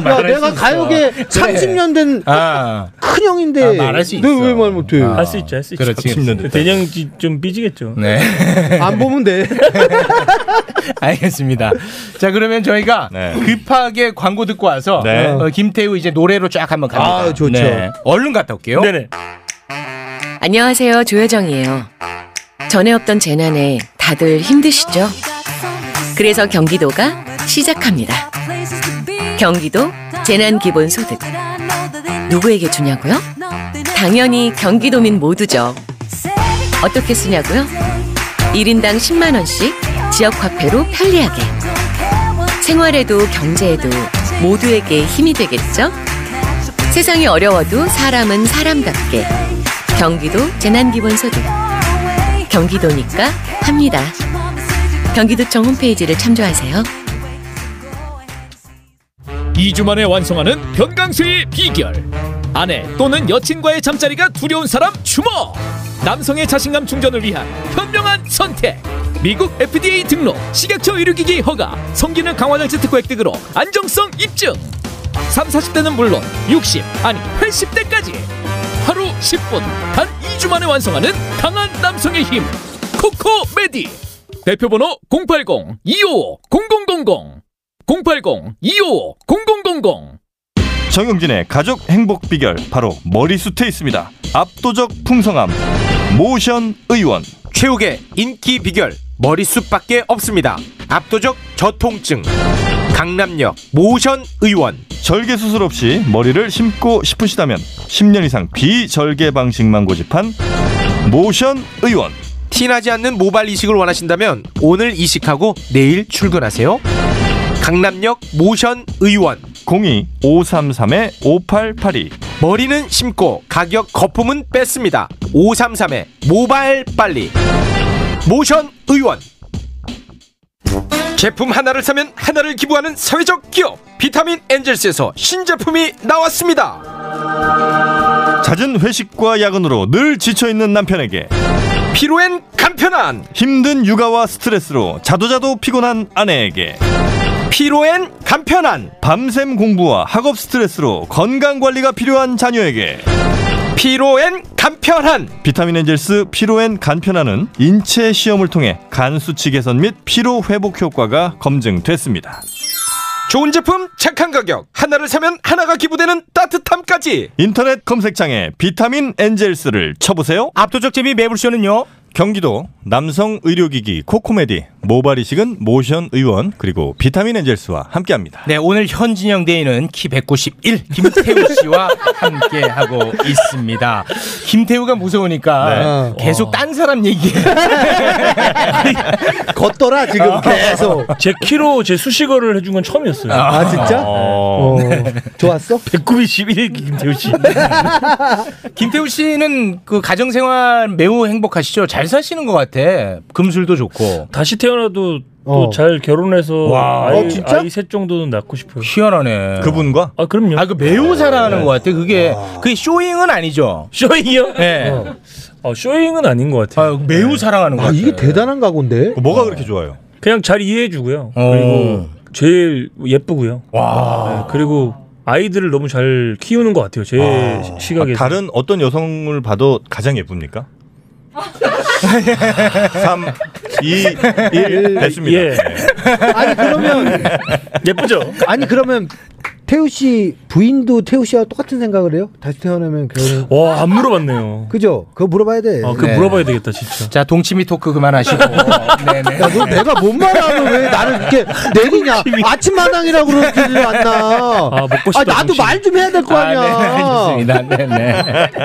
Speaker 3: 내가
Speaker 8: 있어.
Speaker 3: 가요계
Speaker 7: 네.
Speaker 8: 그래.
Speaker 3: 30년 된 큰
Speaker 7: 아.
Speaker 3: 형인데.
Speaker 9: 아, 말할 수 있어.
Speaker 3: 너왜 뭐 말 못해?
Speaker 9: 할 수 있죠, 할 수 있죠.
Speaker 7: 그렇지, 그렇지.
Speaker 9: 대니 형좀 삐지겠죠.
Speaker 7: 네.
Speaker 3: 안 보면 돼.
Speaker 7: 알겠습니다. 자, 그러면 저희가
Speaker 9: 네.
Speaker 7: 급하게 광고 듣고 와서
Speaker 8: 네.
Speaker 7: 어, 김태우 이제 노래로 쫙 한번 갑니다. 네.
Speaker 3: 아, 좋죠.
Speaker 7: 얼른 갔다 올게요. 네네.
Speaker 1: 안녕하세요. 조여정이에요. 전에 없던 재난에 다들 힘드시죠? 그래서 경기도가 시작합니다. 경기도 재난기본소득. 누구에게 주냐고요? 당연히 경기도민 모두죠. 어떻게 쓰냐고요? 1인당 10만원씩 지역화폐로 편리하게. 생활에도 경제에도 모두에게 힘이 되겠죠? 세상이 어려워도 사람은 사람답게. 경기도 재난기본소득. 경기도니까 합니다. 경기도청 홈페이지를 참조하세요.
Speaker 12: 2주 만에 완성하는 변강수의 비결 아내 또는 여친과의 잠자리가 두려운 사람 주목 남성의 자신감 충전을 위한 현명한 선택 미국 FDA 등록 식약처 의료기기 허가 성기능 강화장치 특허 획득으로 안정성 입증 3, 40대는 물론 60 아니 80대까지 하루 10분 단 2주 만에 완성하는 강한 남성의 힘 코코메디 대표번호 080-255-0000 080-255-0000
Speaker 8: 정용진의 가족 행복 비결 바로 머리숱에 있습니다. 압도적 풍성함. 모션 의원.
Speaker 13: 최욱의 인기 비결 머리숱밖에 없습니다. 압도적 저통증. 강남역 모션 의원.
Speaker 8: 절개 수술 없이 머리를 심고 싶으시다면 10년 이상 비절개 방식만 고집한 모션 의원.
Speaker 13: 티나지 않는 모발 이식을 원하신다면 오늘 이식하고 내일 출근하세요. 강남역 모션 의원
Speaker 8: 02 533의 5882
Speaker 13: 머리는 심고 가격 거품은 뺐습니다. 533의 모발 빨리 모션 의원 제품 하나를 사면 하나를 기부하는 사회적 기업 비타민 엔젤스에서 신제품이 나왔습니다.
Speaker 8: 잦은 회식과 야근으로 늘 지쳐있는 남편에게
Speaker 13: 피로엔 간편한
Speaker 8: 힘든 육아와 스트레스로 자도자도 피곤한 아내에게
Speaker 13: 피로엔 간편한
Speaker 8: 밤샘 공부와 학업 스트레스로 건강 관리가 필요한 자녀에게
Speaker 13: 피로엔 간편한
Speaker 8: 비타민 엔젤스 피로엔 간편한은 인체 시험을 통해 간 수치 개선 및 피로 회복 효과가 검증됐습니다.
Speaker 13: 좋은 제품 착한 가격 하나를 사면 하나가 기부되는 따뜻함까지
Speaker 8: 인터넷 검색창에 비타민 엔젤스를 쳐보세요.
Speaker 7: 압도적 재미 매불쇼는요.
Speaker 8: 경기도 남성 의료기기 코코메디 모발이식은 모션 의원 그리고 비타민 엔젤스와 함께합니다.
Speaker 7: 네, 오늘 현진영 대인은 키 191 김태우 씨와 함께 하고 있습니다. 김태우가 무서우니까
Speaker 9: 네.
Speaker 7: 계속 딴 사람 얘기해.
Speaker 9: 걷더라
Speaker 7: 지금 계속.
Speaker 9: 제 키로 제 수식어를 해준 건 처음이었어요.
Speaker 7: 아, 진짜?
Speaker 9: 어.
Speaker 11: 좋았어?
Speaker 9: 191 김태우 씨.
Speaker 7: 김태우 씨는 그 가정 생활 매우 행복하시죠? 잘 사시는 것 같아. 금술도 좋고.
Speaker 9: 다시 태어나도 또 잘 결혼해서
Speaker 7: 와.
Speaker 9: 아이,
Speaker 7: 어, 진짜?
Speaker 9: 아이 셋 정도는 낳고 싶어요.
Speaker 7: 희한하네.
Speaker 8: 그분과?
Speaker 9: 아 그럼요.
Speaker 7: 아, 그 매우 사랑하는
Speaker 9: 네.
Speaker 7: 것 같아. 그게 그게 쇼잉은 아니죠.
Speaker 9: 쇼잉이요?
Speaker 7: 네.
Speaker 9: 어. 쇼잉은 아닌 것 같아요.
Speaker 7: 매우 사랑하는 것
Speaker 9: 같아요.
Speaker 3: 이게 대단한 각오인데.
Speaker 9: 어.
Speaker 8: 뭐가 그렇게 좋아요?
Speaker 9: 그냥 잘 이해해주고요.
Speaker 3: 어.
Speaker 9: 그리고 제일 예쁘고요.
Speaker 8: 와.
Speaker 9: 네, 그리고 아이들을 너무 잘 키우는 것 같아요. 제 시- 시각에서.
Speaker 8: 아, 다른 어떤 여성을 봐도 가장 예쁩니까? 3, 2, 1 됐습니다.
Speaker 9: 예.
Speaker 3: 아니 그러면
Speaker 9: 예쁘죠?
Speaker 3: 아니 그러면 태우 씨 부인도 태우 씨와 똑같은 생각을 해요? 다시 태어나면 결혼.
Speaker 9: 와, 안 물어봤네요.
Speaker 3: 그죠? 그거 물어봐야 돼.
Speaker 9: 아, 그거
Speaker 3: 네.
Speaker 9: 물어봐야 되겠다, 진짜.
Speaker 7: 자, 동치미 토크 그만하시고. 네,
Speaker 3: 야, 너 내가 뭔 말하면 왜 나를 이렇게 내리냐? 아침마당이라고 그러지를 않나?
Speaker 7: 아, 먹고 싶다,
Speaker 3: 아, 나도
Speaker 7: 정신.
Speaker 3: 말 좀 해야 될 거
Speaker 7: 아, 네,
Speaker 3: 아니야.
Speaker 7: 알겠습니다. 네, 네.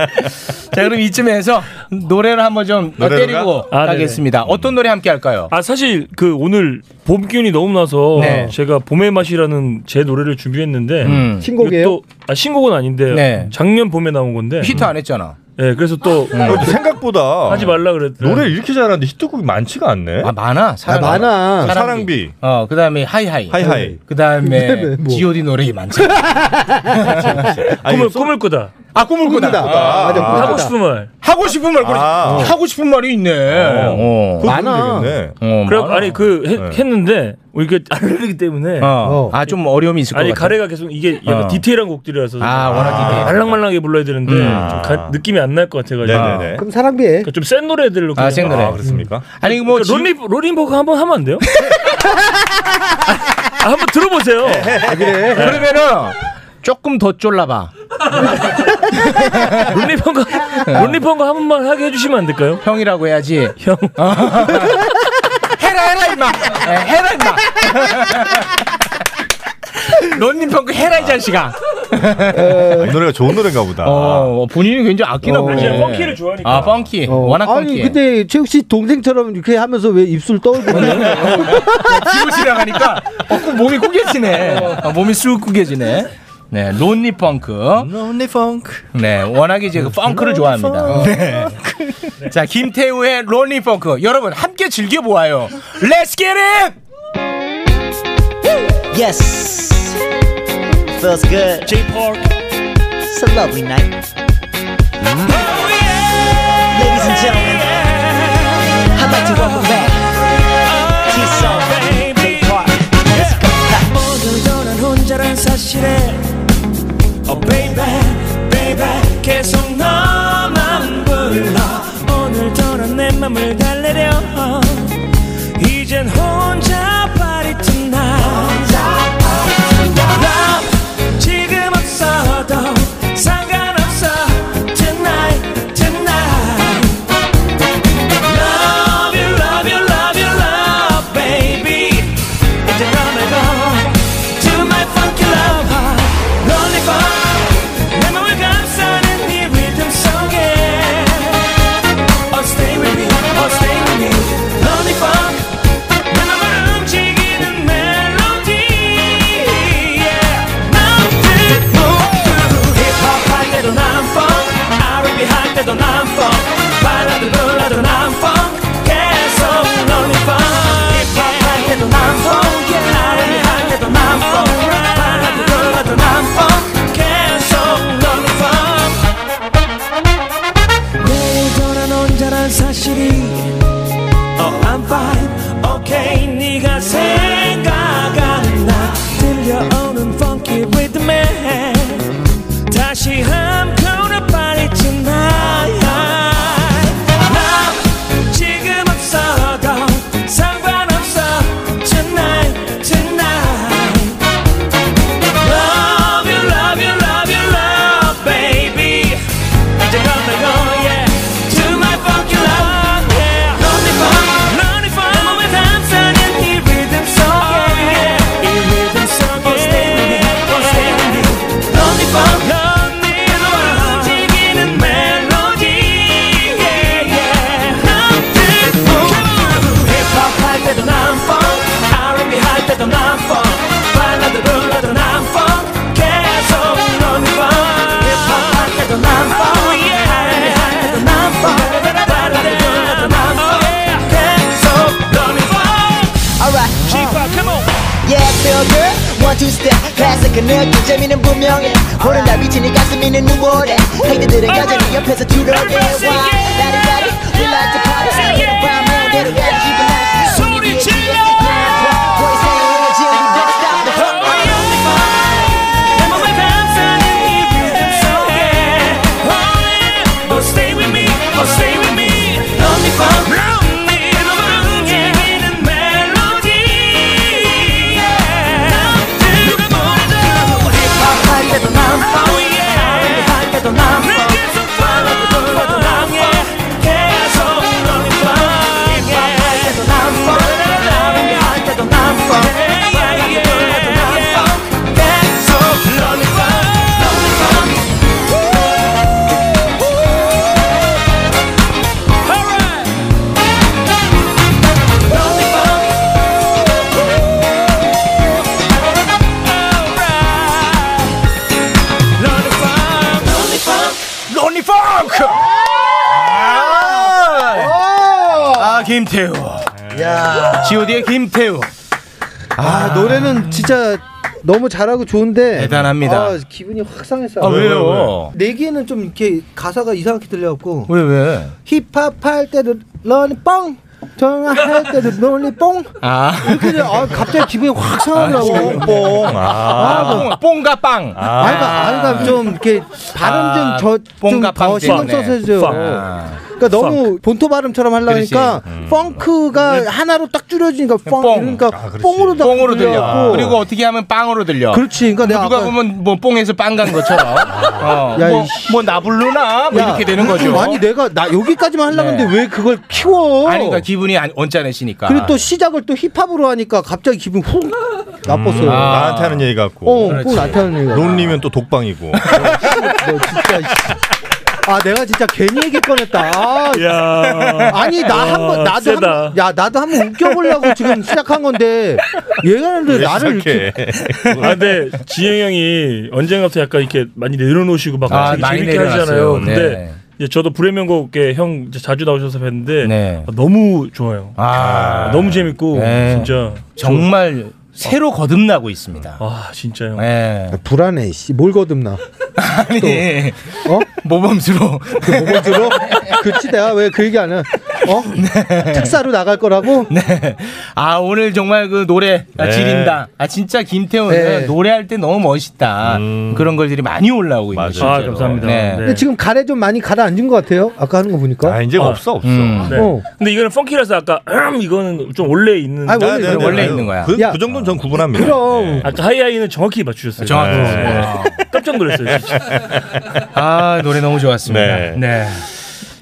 Speaker 7: 자, 그럼 이쯤에서 노래를 한번 좀
Speaker 9: 노래로
Speaker 7: 때리고
Speaker 9: 가? 아,
Speaker 7: 가겠습니다. 어떤 노래 함께 할까요?
Speaker 9: 아 사실 그 오늘 봄 기운이 너무 나서
Speaker 7: 네.
Speaker 9: 제가 봄의 맛이라는 제 노래를 준비했는데
Speaker 7: 음.
Speaker 3: 신곡이에요?
Speaker 9: 이거 또- 아 신곡은 아닌데
Speaker 7: 네.
Speaker 9: 작년 봄에 나온 건데
Speaker 7: 히트 음. 안 했잖아.
Speaker 9: 네, 그래서 또
Speaker 8: 그래도 생각보다
Speaker 9: 하지 말라
Speaker 11: 네.
Speaker 9: 그랬더니 예.
Speaker 8: 노래 이렇게 잘하는데 히트곡이 많지가 않네.
Speaker 7: 아 많아. 사랑-
Speaker 8: 사랑비. 사랑비.
Speaker 7: 어, 그다음에 하이하이.
Speaker 8: 하이하이.
Speaker 7: 그다음에
Speaker 8: 그다음에 뭐.
Speaker 7: G.O.D 노래 많잖아.
Speaker 9: 꿈을 꿈을 꾸다.
Speaker 7: 아 꿈을 꾸다.
Speaker 9: 아, 맞아, 꿈을 하고 꾸다. 싶은 말.
Speaker 7: 하고 싶은 말. 그래.
Speaker 9: 아.
Speaker 7: 하고 싶은 말이 있네. 어.
Speaker 9: 많아. 그래 아니 그 해- 했는데 뭐 이게 안 흐르기 때문에
Speaker 7: 어. 네. 아, 좀 어려움이 있을
Speaker 9: 아니
Speaker 7: 것 같아.
Speaker 9: 가래가 계속 이게 약간
Speaker 7: 어.
Speaker 9: 디테일한 곡들이라서
Speaker 7: 아, 워낙 디테일.
Speaker 9: 말랑말랑하게 불러야 되는데
Speaker 7: 음.
Speaker 9: 좀 가- 느낌이 안 날 것 같아가지고 그러니까
Speaker 8: 네네네.
Speaker 3: 그럼 사랑비해.
Speaker 9: 좀 센 노래들로
Speaker 7: 아, 센 노래.
Speaker 8: 그렇습니까?
Speaker 7: 아니 뭐 지금-
Speaker 9: 그러니까 롤리 롤링버그 한번 하면 안 돼요? 아, 한번 들어보세요.
Speaker 7: 그래. 그러면은 조금 더 쫄라봐.
Speaker 9: 롤리펑거 롤리펑거 한 번만 하게 해주시면 안
Speaker 7: 어,
Speaker 9: 될까요?
Speaker 7: 형이라고 해야지. 어.
Speaker 9: 형.
Speaker 7: 해라 해라 임마. 예, 해라 임마. 런닝 펑크 해라 이 자식아.
Speaker 11: 네.
Speaker 8: 아, 이 노래가 좋은 노래인가 보다. 아,
Speaker 7: 어, 본인이 굉장히 아끼나 보네.
Speaker 3: 제가
Speaker 9: 펑키를 좋아하니까.
Speaker 7: 아, 펑키. 워낙
Speaker 3: 아니
Speaker 8: 네.
Speaker 7: 펑키.
Speaker 3: 근데 최욱 씨 동생처럼 이렇게 하면서 왜 입술 떠올리는
Speaker 8: 네.
Speaker 3: 거야?
Speaker 7: 뒤로 지나가니까 어, 꼭 몸이 구겨지네. 아, 몸이 쑥 구겨지네. 네, 론리 펑크.
Speaker 8: 론리 펑크.
Speaker 7: 네, 워낙에 이제 그 펑크를 좋아합니다. 네. 자, 김태우의 론리 펑크. 여러분 함께 즐겨 보아요. Let's get it.
Speaker 14: Yes. Feels good. J Park. It's a lovely night. Ladies and gentlemen, I'd like to welcome back T-Song, J Park. Let's go.
Speaker 15: 모두 난 혼자란 사실에 Oh baby baby 계속 너만 불러 오늘도 난내 맘을 달래려 이젠 혼자 party tonight Love 지금 없어도 상관없어 tonight tonight Love you love you love you love you
Speaker 9: Oh, 어,
Speaker 7: Oh,
Speaker 14: 그녀 주제미는 분명해 오른 날 비치니 가슴이 는 우월해 헤이드들은 여전히 옆에서 주로해 와 나를 가리 We like to party 이런 밤에 내려가 기분 나 소리 질러 Boys say energy you don't stop the fun
Speaker 15: Stay with me, oh stay with me. Love me for me, 너만 재밌는 멜로디. 남들과 몰라도 힙합 파리가 더 남아, oh yeah. R&B 파리가 더 남아. 내게서 파라도 돌아도 남아, 계속 love me for me. 힙합 파리가 더 남아, R&B 파리가 더 남아. Yeah, yeah, yeah, yeah. 계속 love me for me, love me for me.
Speaker 7: 론리 펑크. 아 김태우.
Speaker 11: 야.
Speaker 7: G.O.D의 김태우.
Speaker 11: 아, 노래는 진짜 너무 잘하고 좋은데
Speaker 7: 대단합니다.
Speaker 11: 아, 기분이 확 상했어요.
Speaker 7: 아, 왜요?
Speaker 11: 내기에는 좀 이렇게 가사가 이상하게 들려갖고
Speaker 7: 왜 왜?
Speaker 11: 힙합 할 때도 런빵 전화할 때도 런리뽕
Speaker 7: 아.
Speaker 11: 이렇게 아, 갑자기 기분이 확 상하더라고. 뽕.
Speaker 7: 아, 뽕, 뽕과 빵.
Speaker 11: 아, 그러니까, 아, 그러니까 좀 이렇게 발음
Speaker 7: 아, 뽕과 네. 아.
Speaker 11: 좀저좀더
Speaker 7: 빵
Speaker 11: 신경
Speaker 7: 때문에.
Speaker 11: 써서 해줘.
Speaker 7: 펑크.
Speaker 11: 그러니까 너무 본토 발음처럼 하려니까 펑크가
Speaker 7: 음.
Speaker 11: 하나로 딱 줄여지니까 펑 그러니까 뽕으로 딱
Speaker 7: 아, 뽕으로 들려. 아.
Speaker 11: 줄여갖고.
Speaker 7: 그리고 어떻게 하면 빵으로 들려.
Speaker 11: 그렇지, 그러니까 내가
Speaker 7: 누가
Speaker 11: 아까-
Speaker 7: 보면 뭐 뽕에서 빵 간 것처럼. 어,
Speaker 11: 야,
Speaker 7: 뭐,
Speaker 11: 이 씨.
Speaker 7: 뭐나 부르나 뭐
Speaker 11: 야,
Speaker 7: 이렇게 되는
Speaker 11: 그래도
Speaker 7: 거죠. 네.
Speaker 11: 아니 내가 나 여기까지만 하려고 했는데 왜 그걸 키워?
Speaker 7: 아니 그러니까 기분이 안- 언짢으시니까.
Speaker 11: 그리고 또 시작을 또 힙합으로 하니까 갑자기 기분 훅
Speaker 7: 음.
Speaker 11: 나빴어요.
Speaker 8: 나한테 하는 얘기 같고.
Speaker 11: 아. 어, 꼭 나한테 하는 얘기 같고.
Speaker 8: 논리면 또 독방이고.
Speaker 11: 아 내가 진짜 괜히 얘기 꺼냈다. 아,
Speaker 9: 야.
Speaker 11: 아니 나 한번 나도
Speaker 9: 세다.
Speaker 11: 한, 야 나도 한번 웃겨보려고 지금 시작한 건데 얘가
Speaker 9: 왜
Speaker 11: 나를 이렇게
Speaker 9: 아, 근데 지영 형이 언젠가부터 약간 이렇게 많이 내려놓으시고 막
Speaker 7: 아,
Speaker 9: 되게
Speaker 7: 많이
Speaker 9: 재밌게
Speaker 7: 내려놨어요.
Speaker 9: 하시잖아요. 근데
Speaker 7: 네.
Speaker 9: 이제 저도 불의명곡에 형 이제 자주 나오셔서 뵀는데
Speaker 7: 네.
Speaker 9: 아, 너무 좋아요.
Speaker 7: 아.
Speaker 9: 아, 너무 재밌고
Speaker 7: 네.
Speaker 9: 진짜
Speaker 7: 정말 새로 거듭나고 있습니다.
Speaker 9: 아 진짜요.
Speaker 7: 네.
Speaker 11: 불안해 씨뭘 거듭나.
Speaker 7: 아니 어 모범수로
Speaker 11: 그 모범수로 그치 내가 왜 그 얘기 안 해? 어 특사로 나갈 거라고?
Speaker 7: 네. 아 오늘 정말 그 노래 아,
Speaker 11: 네.
Speaker 7: 지린다. 아 진짜 김태훈은
Speaker 11: 네.
Speaker 7: 노래할 때 너무 멋있다. 그런 걸들이 많이 올라오고 있는 실제로.
Speaker 9: 음. 아, 감사합니다.
Speaker 7: 네.
Speaker 11: 근데 지금 가래 좀 많이 가라앉은 것 같아요. 아까 하는 거 보니까. 아
Speaker 8: 이제 없어, 없어.
Speaker 9: 네. 근데 이거는 펑키라서 아까 이거는 좀 원래 있는
Speaker 11: 아니, 원래 네, 네, 있는 네, 원래 네. 있는 거야. 그- 야. 그
Speaker 9: 정도는
Speaker 8: 전 구분합니다.
Speaker 11: 그럼.
Speaker 9: 아까 하이하이는 정확히 맞추셨어요.
Speaker 7: 아, 정확히.
Speaker 9: 네. 깜짝 놀랐어요. 진짜.
Speaker 7: 아 노래 너무 좋았습니다. 네.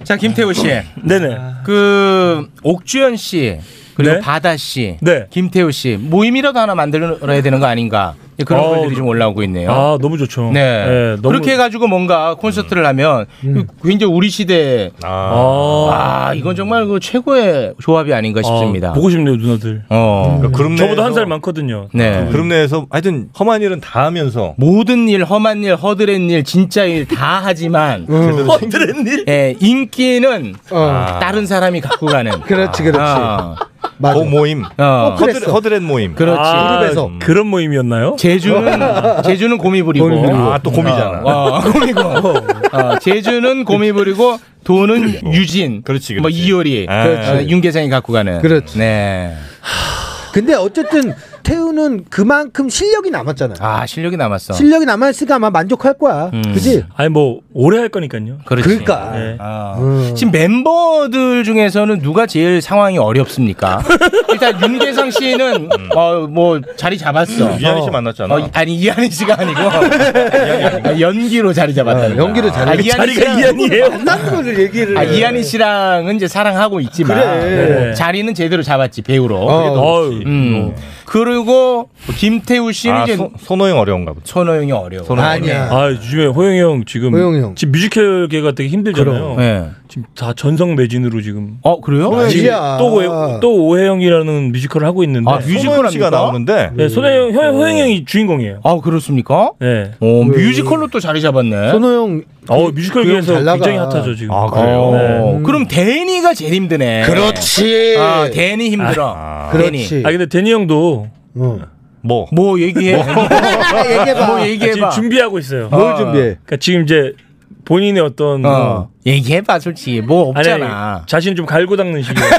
Speaker 7: 자 김태우 씨.
Speaker 9: 네네.
Speaker 7: 그 옥주현 씨 그리고 바다 씨, 김태우 씨 모임이라도 하나 만들어야 되는 거 아닌가 그런
Speaker 9: 어,
Speaker 7: 것들이 좀 올라오고 있네요.
Speaker 9: 아 너무 좋죠.
Speaker 7: 네.
Speaker 9: 네, 너무-
Speaker 7: 그렇게 해가지고 뭔가 콘서트를 하면 그 굉장히 우리 시대 아, 이건 정말 그 최고의 조합이 아닌가 싶습니다.
Speaker 9: 어, 보고 싶네요 누나들.
Speaker 7: 어.
Speaker 8: 그룹
Speaker 9: 저보다 한
Speaker 8: 내에서-
Speaker 9: 살 많거든요.
Speaker 7: 네.
Speaker 8: 음. 그룹 내에서 하여튼 험한 일은 다
Speaker 11: 음.
Speaker 8: 하면서
Speaker 7: 모든 일, 험한 일, 허드렛 일, 진짜 일 다 하지만
Speaker 11: 어,
Speaker 8: 그
Speaker 9: 허드렛 일?
Speaker 7: 예, 인기는
Speaker 8: 음. 어.
Speaker 7: 다른 사람이 갖고 가는.
Speaker 11: 그렇지, 그렇지.
Speaker 8: 맞아. 모임.
Speaker 7: 어.
Speaker 8: 허드렛, 허드렛 모임.
Speaker 7: 그렇지.
Speaker 9: 아, 그런 모임이었나요?
Speaker 7: 제주는 제주는 고미부리고
Speaker 8: 아, 또 곰이잖아.
Speaker 7: 어, 어, 고미고 어, 제주는 고미부리고 돈은 유진
Speaker 8: 그렇죠. 그렇지,
Speaker 7: 뭐 이효리
Speaker 8: 아.
Speaker 7: 어, 윤계상이 갖고 가는
Speaker 11: 그렇지.
Speaker 7: 네.
Speaker 11: 근데 어쨌든 태우는 그만큼 실력이 남았잖아.
Speaker 7: 아 실력이 남았어
Speaker 11: 실력이 남아있으니까 아마 만족할 거야. 그지?
Speaker 9: 아니 뭐 오래 할 거니까요.
Speaker 7: 그렇지.
Speaker 11: 그러니까.
Speaker 8: 어.
Speaker 9: 네.
Speaker 7: 아. 지금 멤버들 중에서는 누가 제일 상황이 어렵습니까? 일단 윤계상 씨는 어 뭐 자리 잡았어.
Speaker 8: 음. 이한희 씨 만났잖아.
Speaker 7: 어, 아니 이한희 씨가 아니고 아, 연기로 자리 잡았다는 거야.
Speaker 11: 연기를 잘해.
Speaker 7: 아, 이한희 씨랑-
Speaker 11: 만난 거를 얘기를.
Speaker 7: 아, 이한희 씨랑은 이제 사랑하고 있지만
Speaker 11: 그래.
Speaker 7: 네. 자리는 제대로 잡았지 배우로.
Speaker 8: 어,
Speaker 7: 그게 더 좋지. 음. 그리고 김태우 씨는
Speaker 8: 아,
Speaker 7: 이제
Speaker 8: 소, 손호영 어려운가 보다.
Speaker 7: 손호영이 어려워.
Speaker 9: 아 요즘에 호영이 형 지금 지금 뮤지컬계가 되게 힘들잖아요.
Speaker 7: 그럼. 네.
Speaker 9: 지금 다 전성 매진으로 지금.
Speaker 7: 어 그래요?
Speaker 9: 아, 지금
Speaker 7: 호영이야.
Speaker 9: 또 오해, 또 오해영이라는 뮤지컬을 하고 있는데.
Speaker 7: 아, 뮤지컬
Speaker 8: 씨가
Speaker 7: 합니까?
Speaker 8: 나오는데.
Speaker 9: 네, 손호영 형- 호영이 형이 주인공이에요.
Speaker 7: 아 그렇습니까?
Speaker 9: 네.
Speaker 7: 오, 뮤지컬로 또 자리 잡았네.
Speaker 11: 손호영
Speaker 9: 어 뮤지컬계에서
Speaker 7: 그 잘 나가.
Speaker 9: 굉장히 핫하죠 지금.
Speaker 7: 아, 그래요? 어, 그럼 데니가 제일 힘드네.
Speaker 9: 그렇지.
Speaker 7: 아, 데니 힘들어.
Speaker 9: 아, 그렇지. 아 근데 데니 형도
Speaker 8: 뭐?
Speaker 7: 뭐 얘기해.
Speaker 8: 아,
Speaker 11: 아,
Speaker 9: 얘기해봐.
Speaker 7: 뭐 얘기해봐.
Speaker 9: 지금 준비하고 있어요.
Speaker 7: 뭘 준비해?
Speaker 11: 예.
Speaker 9: 그러니까 지금 이제 본인의 어떤
Speaker 7: 어. 얘기해봐 솔직히 뭐 없잖아.
Speaker 9: 자신 좀 갈고 닦는 식이에요.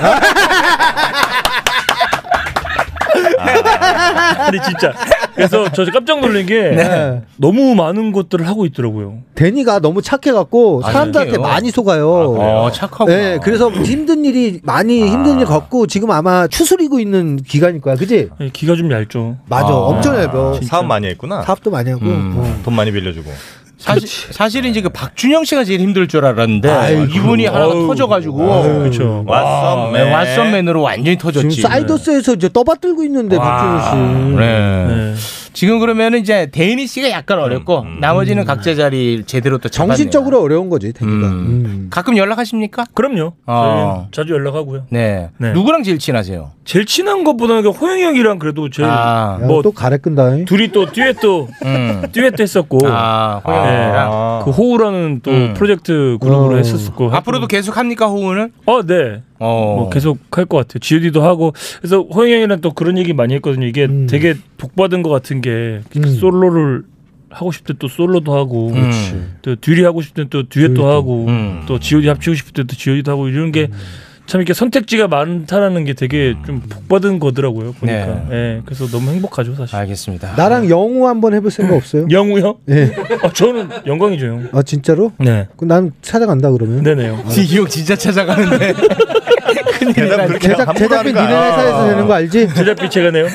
Speaker 9: 아니 진짜. 그래서 저 깜짝 놀란 게
Speaker 3: 네.
Speaker 9: 너무 많은 것들을 하고 있더라고요.
Speaker 3: 데니가 너무 착해갖고
Speaker 9: 아,
Speaker 3: 사람들한테
Speaker 9: 착해요?
Speaker 3: 많이 속아요.
Speaker 9: 아,
Speaker 7: 어, 착하고.
Speaker 3: 네, 그래서 힘든 일이 많이 힘든 일 겪고 지금 아마 추스리고 있는 기간일 거야, 그지?
Speaker 9: 기가 좀 얇죠.
Speaker 3: 맞아, 엄청 얇아.
Speaker 8: 사업 많이 했구나.
Speaker 3: 사업도 많이 하고.
Speaker 8: 음,
Speaker 11: 어.
Speaker 8: 돈 많이 빌려주고.
Speaker 7: 사실 사실 이제 그 박준영 씨가 제일 힘들 줄 알았는데
Speaker 8: 아이고. 네.
Speaker 7: 이분이 하나 가
Speaker 8: 아유.
Speaker 7: 터져가지고 네,
Speaker 8: 아유,
Speaker 9: 그렇죠.
Speaker 8: 그쵸. 왓썸맨.
Speaker 7: 왓썸맨으로 완전히 터졌지.
Speaker 3: 지금 사이더스에서 이제 떠받들고 있는데 박준호 씨.
Speaker 7: 네. 지금 그러면 이제 데이니 씨가 약간 어렵고 나머지는 각자 자리 제대로 또
Speaker 3: 정신적으로 어려운 거지, 데니가. 음.
Speaker 7: 가끔 연락하십니까?
Speaker 9: 그럼요.
Speaker 7: 어.
Speaker 9: 저희는 자주 연락하고요.
Speaker 7: 네. 누구랑 제일 친하세요?
Speaker 9: 제일 친한 것보다는 그 호영이 형이랑 그래도 제일
Speaker 7: 아. 음.
Speaker 9: 뭐
Speaker 3: 또 가래 끈다.
Speaker 9: 둘이 또 듀엣도 듀엣도 했었고
Speaker 7: 아, 호영이랑.
Speaker 9: 네. 그 호우라는 또
Speaker 7: 음.
Speaker 9: 프로젝트 그룹으로 했었고
Speaker 7: 앞으로도 계속 합니까 호응을?
Speaker 9: 어, 네. 뭐 계속 할 것 같아요. GOD도 하고 그래서 호영이 형이랑 또 그런 얘기 많이 했거든요. 이게
Speaker 3: 음.
Speaker 9: 되게 복받은 것 같은 게 솔로를 하고 싶을 때 또 솔로도 하고
Speaker 7: 그렇지.
Speaker 9: 또 듀리 하고 싶을 때 또 듀엣도 하고 또 GOD 합치고 싶을 때 또 GOD도 하고 이런 게 참
Speaker 3: 음.
Speaker 9: 이렇게 선택지가 많다라는 게 되게 좀 복받은 거더라고요 보니까. 예, 그래서 너무 행복하죠
Speaker 7: 아.
Speaker 9: 사실. 음.
Speaker 7: 알겠습니다.
Speaker 3: 나랑 영우 한번 해볼 생각 없어요?
Speaker 9: 영우요?
Speaker 3: 네.
Speaker 9: 아, 저는 영광이죠 형.
Speaker 3: 아 진짜로?
Speaker 9: 네.
Speaker 3: 그럼 난 찾아간다 그러면.
Speaker 9: 네네요.
Speaker 7: 이형 진짜 찾아가는데.
Speaker 3: 제작, 제작비 니네 회사에서 내는 거 알지? 어.
Speaker 9: 제작비 제가 내요?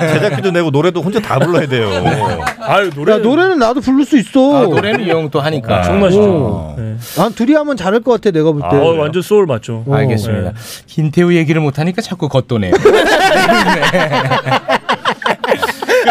Speaker 8: 제작비도 내고 노래도 혼자 다 불러야 돼요.
Speaker 9: 어. 아유 노래.
Speaker 3: 야 노래는 나도 부를 수 있어.
Speaker 7: 아, 노래는 이 형 또
Speaker 9: 아,
Speaker 7: 하니까. 음.
Speaker 3: 어. 난 둘이 하면 잘할 것 같아 내가 볼 때.
Speaker 9: 어, 네. 완전 소울 맞죠.
Speaker 7: 어. 알겠습니다. 김태우 얘기를 못 하니까 자꾸 겉도네요.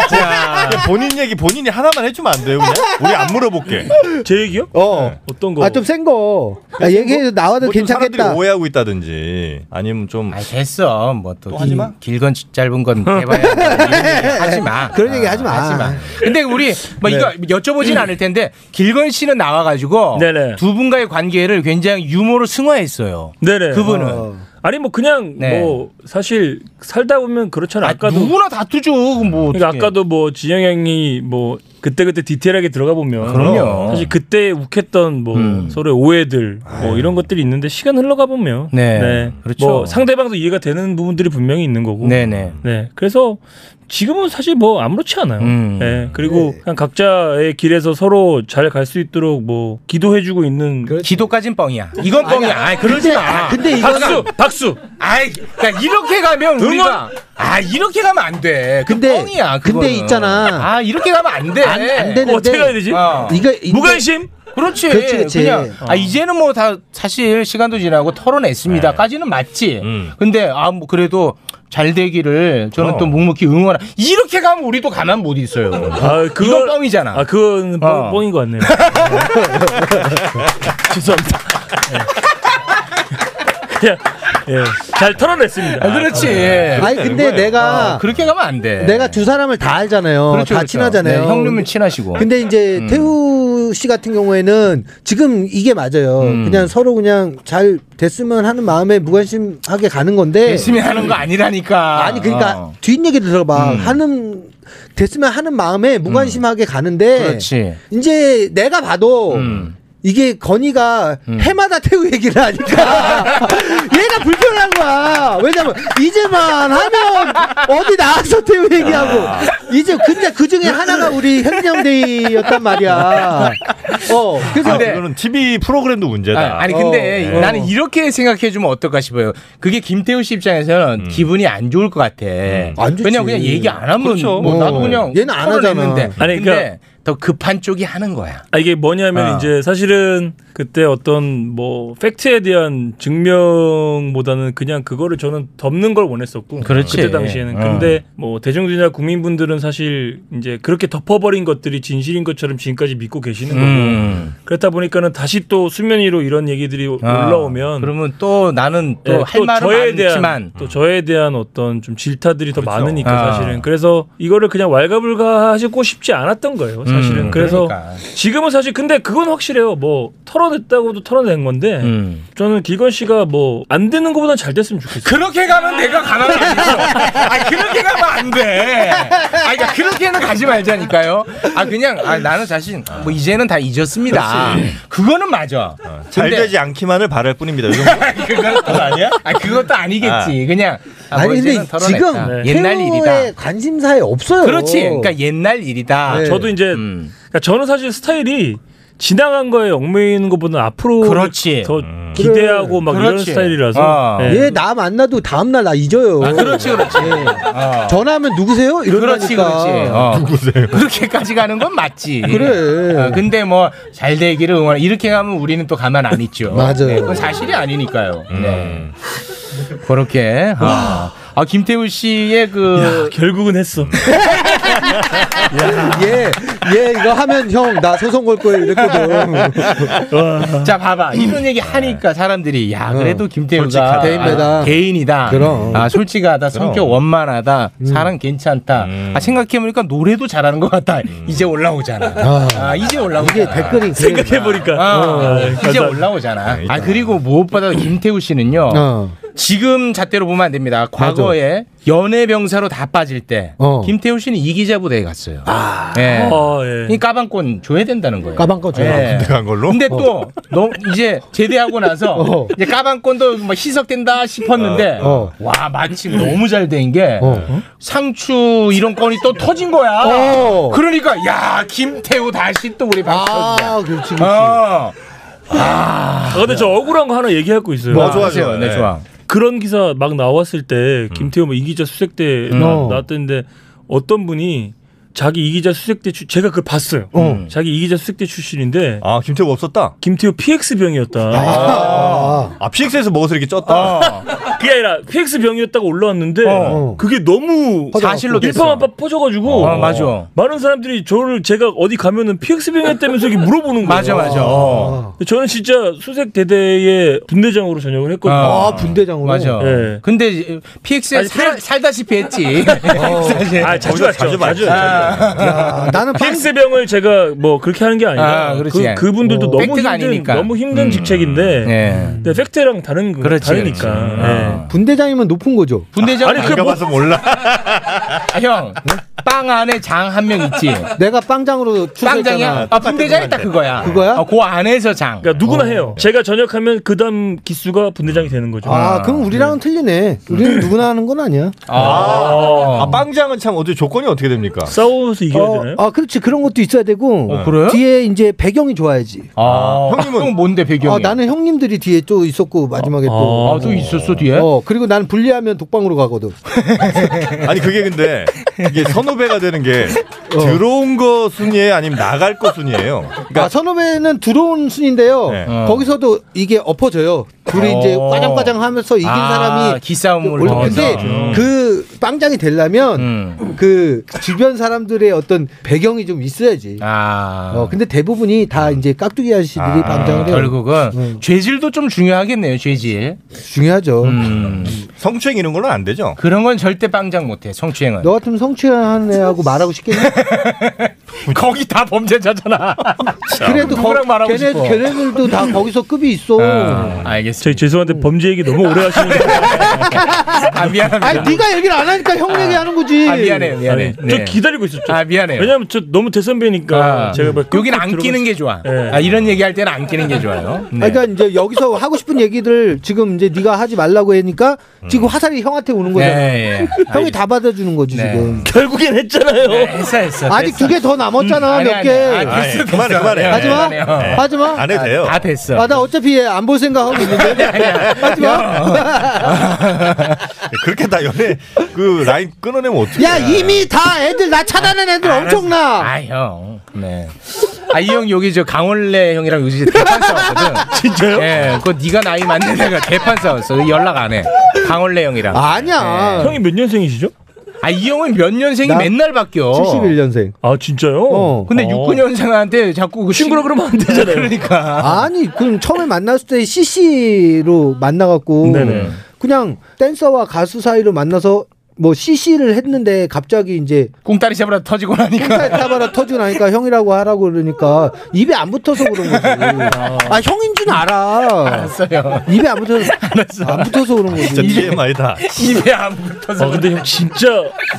Speaker 8: 자, 본인 얘기 본인이 하나만 해주면 안 돼요, 그냥? 우리 안 물어볼게.
Speaker 9: 네. 제 얘기요?
Speaker 3: 어.
Speaker 9: 어떤
Speaker 3: 아 좀 센 거. 야, 얘기해도 나와도
Speaker 8: 뭐
Speaker 3: 아,
Speaker 8: 좀
Speaker 3: 괜찮겠다.
Speaker 8: 사람들이 오해하고 있다든지 아니면 좀
Speaker 7: 됐어. 뭐또
Speaker 8: 하지 마?
Speaker 7: 길건 짧은 건 해봐야 돼. 이런 얘기 하지 마.
Speaker 3: 그런 얘기 하지 마.
Speaker 7: 근데 우리 뭐
Speaker 3: 네.
Speaker 7: 이거 여쭤보진 않을 텐데 길건 씨는 나와가지고 두 분과의 관계를 굉장히 유머로 승화했어요.
Speaker 9: 네네.
Speaker 7: 그분은.
Speaker 9: 아니 뭐 그냥
Speaker 7: 네.
Speaker 9: 뭐 사실 살다 보면 그렇잖아요. 아까도
Speaker 7: 누구나 다투죠. 뭐
Speaker 9: 그러니까
Speaker 7: 어떡해.
Speaker 9: 아까도 뭐 진영 형이 뭐 그때 그때 디테일하게 들어가 보면
Speaker 7: 그럼요. 음.
Speaker 9: 사실 그때 욱했던 뭐 서로의 오해들 뭐 이런 것들이 있는데 시간 흘러가 보면
Speaker 7: 네. 그렇죠.
Speaker 9: 뭐 상대방도 이해가 되는 부분들이 분명히 있는 거고.
Speaker 7: 네네.
Speaker 9: 네. 그래서 지금은 사실 뭐 아무렇지 않아요.
Speaker 7: 음.
Speaker 9: 네. 그리고 그냥 각자의 길에서 서로 잘 갈 수 있도록 뭐 기도해주고 있는 어,
Speaker 7: 기도까진 뻥이야. 이건 뻥이야. 아이, 그러지 마.
Speaker 9: 박수, 박수.
Speaker 7: 아이, 그러니까 이렇게 가면
Speaker 9: 응원!
Speaker 7: 우리가 아 이렇게 가면 안 돼. 근데 뻥이야.
Speaker 3: 근데
Speaker 7: 그거는.
Speaker 3: 있잖아.
Speaker 7: 아 이렇게 가면 안 돼.
Speaker 3: 안- 안 되는데. 아. 어떻게 가야 되지? 이거 인데- 무관심?
Speaker 7: 그렇지.
Speaker 3: 그렇지,
Speaker 7: 그
Speaker 3: 그렇지.
Speaker 7: 냥
Speaker 3: 어.
Speaker 7: 아 이제는 뭐 다 사실 시간도 지나고 털어냈습니다까지는
Speaker 3: 네.
Speaker 7: 맞지.
Speaker 3: 음.
Speaker 7: 근데 아 뭐 그래도 잘 되기를 저는
Speaker 9: 어.
Speaker 7: 또 묵묵히 응원. 이렇게 가면 우리도 가만 못 있어요.
Speaker 9: 아, 그거-
Speaker 7: 이건 뻥이잖아.
Speaker 9: 아, 그건 뻥,
Speaker 7: 어.
Speaker 9: 뻥인 것 같네요. 죄송합니다. 예. 예. 잘 털어냈습니다.
Speaker 7: 아, 그렇지. 예.
Speaker 8: 뭐
Speaker 3: 아니 근데 내가
Speaker 7: 어, 그렇게 가면 안 돼.
Speaker 3: 내가 두 사람을 다 알잖아요.
Speaker 7: 그렇죠,
Speaker 3: 다
Speaker 7: 그렇죠.
Speaker 3: 친하잖아요.
Speaker 7: 네, 형님은 친하시고.
Speaker 3: 근데 이제
Speaker 7: 음.
Speaker 3: 태우 씨 같은 경우에는 지금 이게 맞아요.
Speaker 8: 음.
Speaker 3: 그냥 서로 그냥 잘 됐으면 하는 마음에 무관심하게 가는 건데.
Speaker 7: 열심히 하는 거 아니라니까.
Speaker 3: 아니 그러니까
Speaker 7: 어.
Speaker 3: 뒷얘기 들어봐.
Speaker 7: 음.
Speaker 3: 하는 됐으면 하는 마음에 무관심하게 가는데.
Speaker 8: 그렇죠.
Speaker 7: 그렇지.
Speaker 3: 이제 내가 봐도.
Speaker 8: 음.
Speaker 3: 이게 건이가 해마다 태우 얘기를 하니까 얘가 불편한
Speaker 8: 아,
Speaker 3: 거야. 아, 왜냐면 이제만 하면 어디 나와서 태우
Speaker 9: 아.
Speaker 3: 얘기하고 이제 근데 그 중에 하나가 우리 현정대였단 말이야. 어, 그래서
Speaker 8: 아, 그거는 TV 프로그램도 문제다.
Speaker 7: 아, 아니 근데
Speaker 8: 어.
Speaker 7: 나는 이렇게 생각해 주면 어떨까 싶어요. 그게 김태우 씨 입장에서는
Speaker 9: 음.
Speaker 7: 기분이 안 좋을 것 같아.
Speaker 3: 좋지.
Speaker 7: 왜냐 면 그냥 얘기 안 하면
Speaker 9: 그렇죠.
Speaker 7: 뭐 나도
Speaker 9: 어.
Speaker 7: 그냥
Speaker 9: 얘는 안
Speaker 7: 털어냈는데.
Speaker 9: 하잖아. 아니, 그러니까-
Speaker 7: 근데 더 급한 쪽이 하는 거야.
Speaker 9: 아, 이게 뭐냐면
Speaker 7: 아.
Speaker 9: 이제 사실은 그때 어떤 뭐 팩트에 대한 증명보다는 그냥 그거를 저는 덮는 걸 원했었고
Speaker 7: 그렇지.
Speaker 9: 때 당시에는
Speaker 7: 어.
Speaker 9: 근데 뭐 대중들이나 국민분들은 사실 이제 그렇게 덮어버린 것들이 진실인 것처럼 지금까지 믿고 계시는
Speaker 7: 음.
Speaker 9: 거고 그렇다 보니까는 다시 또 수면 위로 이런 얘기들이
Speaker 7: 아.
Speaker 9: 올라오면
Speaker 7: 어. 그러면 또 나는
Speaker 9: 예,
Speaker 7: 또 할 말은
Speaker 9: 저에 대한,
Speaker 7: 많지만
Speaker 9: 또 저에 대한 어떤 좀 질타들이 더 많으니까
Speaker 7: 아.
Speaker 9: 사실은 그래서 이거를 그냥 왈가불가하시고 싶지 않았던 거예요. 사실은 사실은
Speaker 7: 음,
Speaker 9: 그래서
Speaker 7: 그러니까.
Speaker 9: 지금은 사실 근데 그건 확실해요. 뭐 털어냈다고도 털어낸 건데
Speaker 7: 음.
Speaker 9: 저는 기건 씨가 뭐 안 되는 것보다 잘 됐으면 좋겠어요.
Speaker 7: 그렇게 가면 내가 가난한 아니 그렇게 가면 안 돼. 아 그러니까 그렇게는 가지 말자니까요. 아 그냥 아, 나는 자신 뭐 이제는 다 잊었습니다.
Speaker 8: 그렇지. 어,
Speaker 7: 그거는 맞아.
Speaker 8: 잘
Speaker 7: 근데-
Speaker 8: 되지 않기만을 바랄 뿐입니다. 이 정도.
Speaker 7: 그건 아니야? 아 그것도 아니겠지.
Speaker 8: 아.
Speaker 7: 그냥 아,
Speaker 11: 아니
Speaker 7: 뭐
Speaker 11: 근데
Speaker 7: 이제는 털어냈다.
Speaker 11: 지금
Speaker 7: 옛날 일이다.
Speaker 11: 관심사에 없어요.
Speaker 7: 그렇지. 그러니까 옛날 일이다.
Speaker 11: 네.
Speaker 8: 네.
Speaker 9: 아, 저도 이제
Speaker 7: 음.
Speaker 9: 그러니까 저는 사실 스타일이 지나간 거에 얽매이는 것보다 앞으로
Speaker 7: 그렇지. 음.
Speaker 9: 더 기대하고 막 이런
Speaker 11: 그렇지.
Speaker 9: 스타일이라서
Speaker 11: 아.
Speaker 9: 예.
Speaker 11: 얘 나 만나도 다음 날 나 잊어요.
Speaker 7: 아, 그렇지, 그렇지.
Speaker 11: 네.
Speaker 7: 어.
Speaker 11: 전화하면 누구세요? 이런다니까.
Speaker 7: 그렇지, 그렇지. 어. 그렇게까지 가는 건 맞지.
Speaker 11: 그래.
Speaker 7: 어, 근데 뭐 잘 되기를 응원. 이렇게 가면 우리는 또 가만 안 있죠.
Speaker 11: 맞아요.
Speaker 7: 네, 그건 사실이 아니니까요.
Speaker 11: 음.
Speaker 7: 네. 그렇게. 아, 아, 김태우 씨의 그
Speaker 9: 결국은 했어.
Speaker 11: 얘, 얘 이거 하면 형 나 소송 걸 거예요
Speaker 8: 어.
Speaker 11: 이랬거든.
Speaker 7: 자 봐봐 이런 얘기 하니까 사람들이 야 그래도
Speaker 11: 어.
Speaker 7: 김태우가
Speaker 11: 솔직하다. 개인이다.
Speaker 7: 아, 개인이다.
Speaker 11: 그럼. 음.
Speaker 7: 아 솔직하다.
Speaker 11: 그럼. 음.
Speaker 7: 성격 원만하다. 사람 괜찮다. 아 생각해보니까 노래도 잘하는 것 같다. 이제 올라오잖아. 아,
Speaker 11: 아.
Speaker 7: 이제 올라오잖아.
Speaker 11: 이게 댓글이
Speaker 9: 생각해보니까
Speaker 7: 아,
Speaker 9: 어,
Speaker 7: 이제
Speaker 9: 감사합니다.
Speaker 7: 올라오잖아. 아 그리고 무엇보다 김태우 씨는요.
Speaker 11: 어.
Speaker 7: 지금 잣대로 보면 안 됩니다. 과거에 연애병사로 다 빠질 때
Speaker 11: 어. 아.
Speaker 7: 김태우 씨는 이기자 부대에 갔어요. 예.
Speaker 9: 어, 예.
Speaker 7: 이 까방권 줘야 된다는 거예요.
Speaker 11: 까방권 줘야
Speaker 7: 예.
Speaker 11: 돼. 군대 간 걸로?
Speaker 7: 근데
Speaker 11: 어.
Speaker 7: 또 너무 이제 제대하고 나서
Speaker 11: 어.
Speaker 7: 이제 까방권도 뭐 희석된다 싶었는데
Speaker 11: 어.
Speaker 7: 와 마침 너무 잘 된 게 상추 이런 건이 또 터진 거야.
Speaker 11: 어.
Speaker 7: 그러니까 야 김태우 다시 또 우리 방송이야.
Speaker 11: 아, 그렇지, 그렇지.
Speaker 7: 어.
Speaker 9: 아, 근데 저 억울한 거 하나 얘기하고 있어요.
Speaker 7: 뭐, 아, 좋아, 하세요. 좋아. 네, 좋아.
Speaker 9: 그런 기사 막 나왔을 때 김태우 뭐 이기자 수색 때
Speaker 7: 음.
Speaker 9: 나,
Speaker 7: 어.
Speaker 9: 나왔던데 어떤 분이 자기 이기자 수색 대 출, 제가 그걸 봤어요.
Speaker 7: 음.
Speaker 9: 자기 이기자 수색 대 출신인데
Speaker 8: 아 김태우 없었다.
Speaker 9: 김태우 PX 병이었다.
Speaker 8: 아, 아 PX에서 먹어서 이렇게 쪘다.
Speaker 9: 그게 아니라 PX 병이었다고 올라왔는데
Speaker 7: 어.
Speaker 9: 그게 너무
Speaker 7: 사실로 됐어.
Speaker 9: 일파만파 퍼져가지고
Speaker 7: 어, 맞아.
Speaker 9: 많은 사람들이 저를 제가 어디 가면은 PX 병이었다면서 이렇게 물어보는 거예요.
Speaker 7: 맞아, 맞아. 어.
Speaker 9: 근데 저는 진짜 수색 대대의 분대장으로 전역을 했거든요.
Speaker 7: 아, 분대장으로? 맞아.
Speaker 9: 그, 어, 예.
Speaker 7: 근데 PX에
Speaker 9: 아니,
Speaker 7: 살, 살다시피 했지. 사실.
Speaker 9: 아, 자주 왔죠. 자주
Speaker 7: 봤죠.
Speaker 9: 왔죠. 나는 PX 병을 제가 뭐 그렇게 하는 게 아니라
Speaker 7: 아, 그렇지.
Speaker 9: 그 그분들도
Speaker 7: 어.
Speaker 9: 너무 힘든
Speaker 7: 팩트가 아니니까. 음. 네.
Speaker 9: 너무 힘든 직책인데 근데 팩트랑 다른 거
Speaker 7: 그렇지,
Speaker 9: 다르니까.
Speaker 7: 그렇지. 아.
Speaker 9: 예.
Speaker 11: 분대장이면 높은 거죠.
Speaker 7: 분대장
Speaker 9: 아니, 안 그게 뭐- 가봐서
Speaker 8: 몰라.
Speaker 7: 아, 형, 빵 안에 장 한 명 있지.
Speaker 11: 내가 빵장으로
Speaker 7: 빵장이야?
Speaker 11: 출세했잖아.
Speaker 7: 아, 분대장이 딱 그거야.
Speaker 11: 그거야?
Speaker 7: 어, 그 안에서 장.
Speaker 9: 그러니까 누구나 해요. 제가 전역하면 그다음 기수가 분대장이 되는 거죠.
Speaker 11: 아, 그럼 우리랑은 틀리네. 우리는 누구나 하는 건 아니야.
Speaker 8: 아, 아, 빵장은 참 어디 조건이 어떻게 됩니까?
Speaker 9: 싸워서 이겨야 되나요?
Speaker 11: 아, 그렇지. 그런 것도 있어야 되고.
Speaker 8: 어, 그래요?
Speaker 11: 뒤에 이제 배경이 좋아야지.
Speaker 7: 아, 형님은 형 뭔데 배경이?
Speaker 11: 아, 나는 형님들이 뒤에 또 있었고 마지막에 또.
Speaker 7: 아, 또 있었어 뒤에?
Speaker 11: 어, 그리고 난 분리하면 독방으로 가거든.
Speaker 8: 아니 그게 근데 이게 선후배가 되는 게 들어온 거 순위에 아니면 나갈 거 순위예요. 그러니까
Speaker 11: 아, 선후배는 들어온 순인데요.
Speaker 8: 네. 어.
Speaker 11: 거기서도 이게 엎어져요. 둘이
Speaker 8: 어.
Speaker 11: 이제 빠장빠장 하면서 이긴
Speaker 8: 아,
Speaker 11: 사람이
Speaker 7: 기싸움을
Speaker 11: 올라-
Speaker 7: 벌이죠.
Speaker 11: 근데
Speaker 7: 음.
Speaker 11: 그 빵장이 되려면 그 주변 사람들의 어떤 배경이 좀 있어야지.
Speaker 7: 아. 음.
Speaker 11: 어, 근데 대부분이 다 이제 깍두기 아저씨들이 빵장을 해요. 음.
Speaker 7: 결국은 죄질도 좀 중요하겠네요. 죄질. 음.
Speaker 11: 중요하죠.
Speaker 9: 음.
Speaker 8: 성추행 이런 걸로는 안 되죠.
Speaker 7: 그런 건 절대 빵장 못해. 성추행은.
Speaker 11: 너 같으면 성추행하는 애하고 말하고 싶겠네.
Speaker 7: 거기 다 범죄자잖아.
Speaker 11: 그래도 거,
Speaker 7: 누구랑 말하고
Speaker 11: 걔네,
Speaker 7: 싶어. 아,
Speaker 11: 걔네들도 다 거기서 급이 있어.
Speaker 7: 알겠습니다.
Speaker 9: 아. 저희
Speaker 7: 음.
Speaker 9: 죄송한데 범죄 얘기 너무 오래 하시는데.
Speaker 7: 아 미안합니다.
Speaker 11: 아니 네가 얘기를 안 하니까 형 얘기하는 거지.
Speaker 7: 아, 미안해요, 미안해.
Speaker 9: 아니, 저
Speaker 7: 네.
Speaker 9: 기다리고 있었죠.
Speaker 7: 아, 미안해요.
Speaker 9: 왜냐면 저 너무 대선배니까
Speaker 11: 그러니까
Speaker 7: 아,
Speaker 9: 제가
Speaker 11: 뭐
Speaker 9: 뭐 막
Speaker 7: 여기는 안 끼는 게 좋아.
Speaker 9: 네.
Speaker 7: 아, 이런 얘기할 때는 안 끼는 게 좋아요.
Speaker 11: 예.
Speaker 7: 네.
Speaker 11: 아니, 그러니까 이제 여기서 하고 싶은 얘기들 지금 이제 네가 하지 말라고 하니까 지금 화살이 형한테 오는 거잖아.
Speaker 7: 음.
Speaker 11: 어.
Speaker 7: 네, 예.
Speaker 11: 형이 다 받아주는 거지 지금.
Speaker 9: 결국엔 했잖아요.
Speaker 7: 했어 했어.
Speaker 11: 아직 두 개 더
Speaker 7: 음,
Speaker 11: 남았잖아
Speaker 7: 아니,
Speaker 11: 몇
Speaker 7: 아니,
Speaker 11: 개.
Speaker 7: 아니, 아니, 됐어, 그만해, 됐어. 그만해.
Speaker 11: 하지 마.
Speaker 7: 네, 그만해요.
Speaker 11: 하지 마.
Speaker 7: 안 해도 돼요. 다 됐어.
Speaker 11: 어? 아, 아나 어차피 안 볼 생각하고 있는데. 하지 마.
Speaker 8: 그렇게 다 연애 그 라인 끊어내면 어떻게?
Speaker 11: 야 이미 다 애들 나 차단한 애들 엄청나.
Speaker 7: 아 형. 네. 아 이 형 여기 저 강원래 형이랑 요즘 대판 싸웠거든.
Speaker 9: 진짜요?
Speaker 7: 예. 그 네가 나이 맞는 애가 대판 싸웠어. 연락 안 해. 강원래 형이랑. 예.
Speaker 11: 아니야.
Speaker 9: 형이 몇 년생이시죠?
Speaker 7: 아 이 형은 몇 년생이 맨날 바뀌어.
Speaker 11: 71년생.
Speaker 9: 아 진짜요?
Speaker 7: 근데
Speaker 9: 어.
Speaker 7: 69년생한테 자꾸 그 친구라
Speaker 9: 그러면 안 되잖아요.
Speaker 7: 그러니까.
Speaker 11: 아니 그럼 처음에 만났을 때 CC로 만나갖고
Speaker 7: 네네.
Speaker 11: 그냥 댄서와 가수 사이로 만나서
Speaker 8: 뭐 CC를 했는데 갑자기 이제
Speaker 7: 꿍따리 잡으라 터지고 나니까
Speaker 8: 꿍따리 잡으라 터지고 나니까 형이라고 하라고
Speaker 11: 아,
Speaker 8: 그러니까 입에 안 붙어서 그런 거지. 아 형인 줄 알아.
Speaker 7: 알았어요.
Speaker 8: 입에 안 붙어서 안 붙어서 그런 거지.
Speaker 16: 진짜 TMI다.
Speaker 7: 입에 안 붙어서.
Speaker 16: 아 근데 형 진짜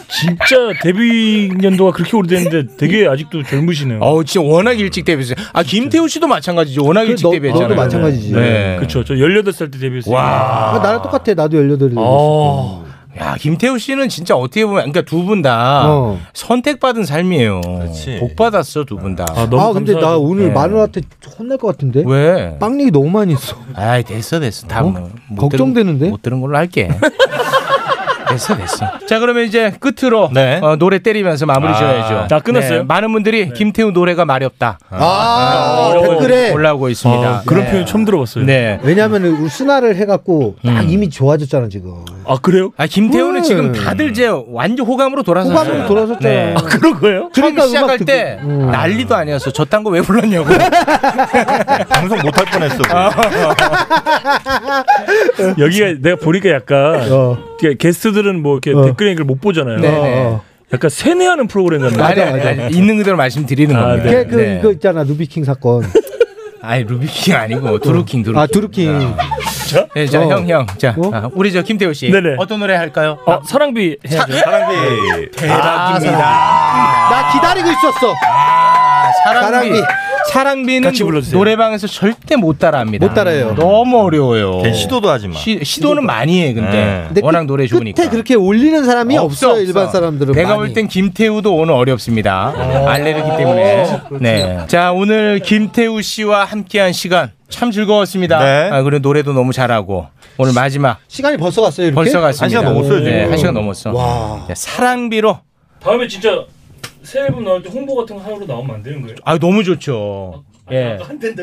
Speaker 16: 진짜 데뷔 년도가 그렇게 오래됐는데 되게 아직도 젊으시네요.
Speaker 7: 어우 진짜 워낙 일찍 데뷔했어요. 아 김태우 씨도 마찬가지죠. 워낙
Speaker 9: 그,
Speaker 7: 일찍 데뷔했잖아요. 네.
Speaker 16: 그렇죠. 저 18살 때 데뷔했어요.
Speaker 7: 와.
Speaker 8: 나랑 똑같아. 나도 18살.
Speaker 7: 어. 야 김태우 씨는 진짜 어떻게 보면 그러니까 두 분 다
Speaker 8: 어.
Speaker 7: 선택받은 삶이에요. 복 받았어 두 분 다.
Speaker 8: 아 근데 나 오늘 마누라한테 혼날 것 같은데.
Speaker 7: 왜?
Speaker 8: 네? 빵 얘기 너무 많이 했어.
Speaker 7: 아 됐어 됐어 다 뭐, 못
Speaker 8: 걱정되는데?
Speaker 7: 들은, 못 들은 걸로 할게. 됐어 됐어. 자 그러면 이제 끝으로 어, 노래 때리면서 마무리
Speaker 16: 아,
Speaker 7: 지어야죠.
Speaker 16: 다 끝났어요?
Speaker 7: 네, 많은 분들이 김태우 노래가 마렵다. 어,
Speaker 8: 아, 댓글에
Speaker 7: 올라오고 있습니다.
Speaker 16: 아, 그런 표현 처음 들어봤어요.
Speaker 7: 네.
Speaker 8: 왜냐하면 우리 순화를 해갖고 딱 이미 좋아졌잖아 지금.
Speaker 16: 아 그래요?
Speaker 7: 아 김태우는
Speaker 8: 음.
Speaker 7: 지금 다들 이제 완전 호감으로 돌아서
Speaker 8: 호감으로 돌아섰잖아요.
Speaker 7: 네.
Speaker 8: 아,
Speaker 7: 그런 거예요? 처음
Speaker 8: 그러니까 음악
Speaker 7: 시작할
Speaker 8: 듣고-
Speaker 7: 때
Speaker 8: 음. 어.
Speaker 7: 난리도 아니었어. 저딴 거 왜 불렀냐고. 방송 못할 뻔했어.
Speaker 11: 아.
Speaker 16: 여기가 내가 보니까 약간
Speaker 8: 어.
Speaker 16: 그러니까 게스트들은 뭐 이렇게 댓글 얘기를 못 보잖아요.
Speaker 7: 네, 네.
Speaker 16: 약간 세뇌하는 프로그램 같네.
Speaker 7: 맞아, 아니, 맞아. 아니, 있는 그대로 말씀드리는 겁니다.
Speaker 16: 네.
Speaker 7: 네.
Speaker 8: 걔 그, 이거 있잖아 루비킹 사건.
Speaker 7: 아니 루비킹 아니고 두루킹 두루킹.
Speaker 8: 아, 두루킹.
Speaker 7: 자, 네, 자,
Speaker 8: 어.
Speaker 7: 형, 형, 자, 아, 우리 저 김태우 씨,
Speaker 16: 네네.
Speaker 7: 어떤 노래 할까요?
Speaker 8: 아,
Speaker 16: 어, 사랑비 해야죠.
Speaker 7: 사랑비
Speaker 8: 나 기다리고 있었어.
Speaker 7: 사랑비. 사랑비. 는
Speaker 16: 같이 불러주세요.
Speaker 7: 노래방에서 절대 못 따라합니다.
Speaker 16: 못 따라해요.
Speaker 7: 너무 어려워요.
Speaker 8: 네,
Speaker 17: 걔 시도도 하지 마.
Speaker 7: 시, 시도는 많이 해, 근데.
Speaker 8: 근데
Speaker 7: 워낙 노래 좋으니까.
Speaker 8: 끝에 그렇게 올리는 사람이 없어, 요
Speaker 7: 없어.
Speaker 8: 일반 사람들은.
Speaker 7: 내가
Speaker 8: 많이.
Speaker 7: 볼 땐 김태우도 오늘 어렵습니다. 알레르기 때문에. 네. 자, 오늘 김태우 씨와 함께한 시간 참 즐거웠습니다. 아, 그리고 노래도 너무 잘하고 오늘 마지막
Speaker 8: 네. 시간이 벌써 갔어요. 이렇게?
Speaker 7: 벌써 갔습니다. 네, 한 시간
Speaker 8: 넘었어.
Speaker 7: 넘었어. 네, 사랑비로.
Speaker 16: 다음에 진짜 새 앨범 나올 때 홍보 같은 거 하나로 나오면 안 되는 거예요?
Speaker 7: 아, 너무 좋죠. 예.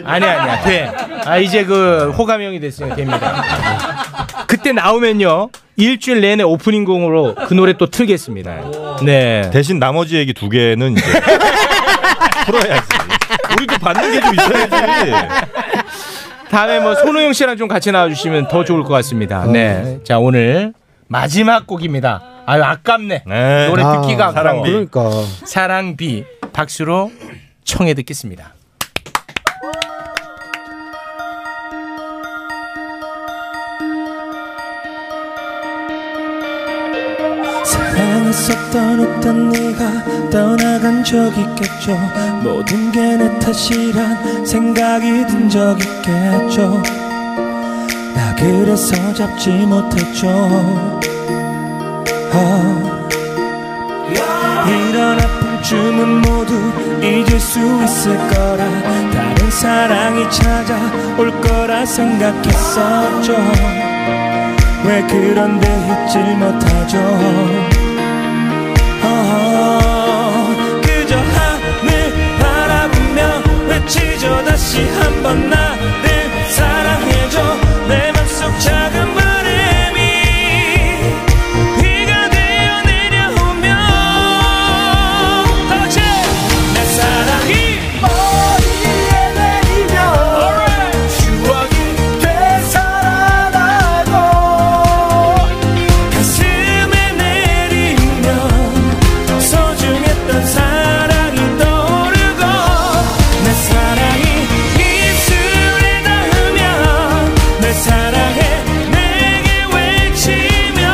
Speaker 7: 아니 아니야. 돼. 아, 이제 그 호감형이 됐으니까 됩니다. 그때 나오면요. 일주일 내내 오프닝 공으로 그 노래 또 틀겠습니다. 네.
Speaker 17: 대신 나머지 얘기 두 개는 이제 풀어야지. 우리도 받는 게 좀 있어야지.
Speaker 7: 다음에 뭐 손호영 씨랑 좀 같이 나와주시면 더 좋을 것 같습니다. 네. 자 오늘 마지막 곡입니다. 아유 아깝네. 노래
Speaker 8: 아,
Speaker 7: 듣기가 아까워.
Speaker 8: 사랑비. 그러니까.
Speaker 7: 사랑비 박수로 청해 듣겠습니다.
Speaker 9: 사랑했었던 어떤 네가 떠나간 적 있겠죠 모든 게 내 탓이란 생각이 든 적 있겠죠 나 그래서 잡지 못했죠 아. 이런 아픔쯤은 모두 잊을 수 있을 거라 다른 사랑이 찾아올 거라 생각했었죠 왜 그런데 잊질 못하죠 어허, 그저 하늘 바라보며 외치죠 다시 한번 나를 사랑해줘 내 맘속 작은 바람이 비가 되어 내려오면 어제 내 사랑이 머리에 내리면 추억이 되살아나고 가슴에 내리면 소중했던 사랑이 떠오르고 내 사랑이 입술에 닿으면 내 사랑해 내게 외치면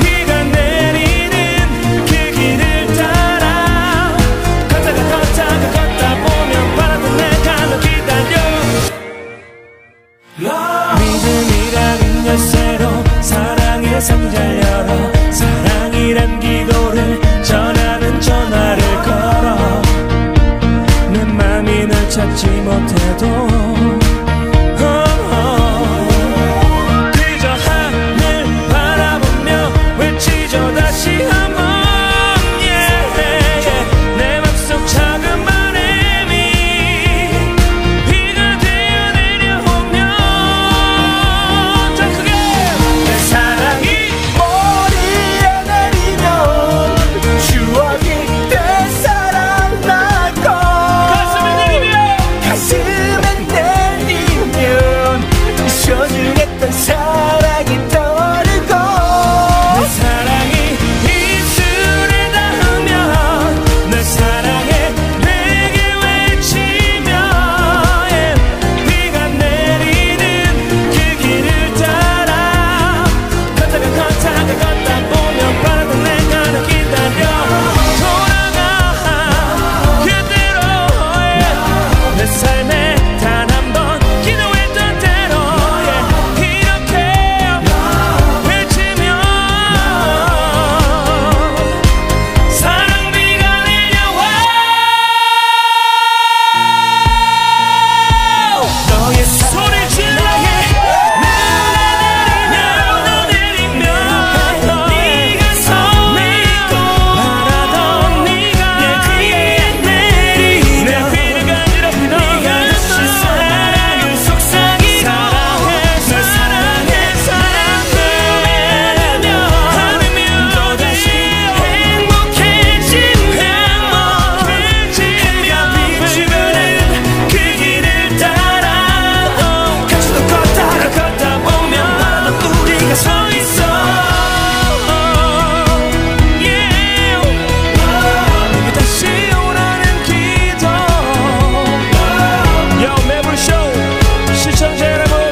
Speaker 9: 비가 내리는 그 길을 따라 걷다가 걷다가 걷다 보면 바람도 내가 너 기다려 믿음이라는 열쇠로 사랑의 상자를 열어 사랑이란 기도를 전하는 전화를 걸어 내 맘이 널 찾지 못해도 어, 어. 그저 하늘 바라보며 외치죠 다시 한번 예, 내 맘속 작은 바람이 비가 되어 내려오면 더 크게 내 사랑이 예, 그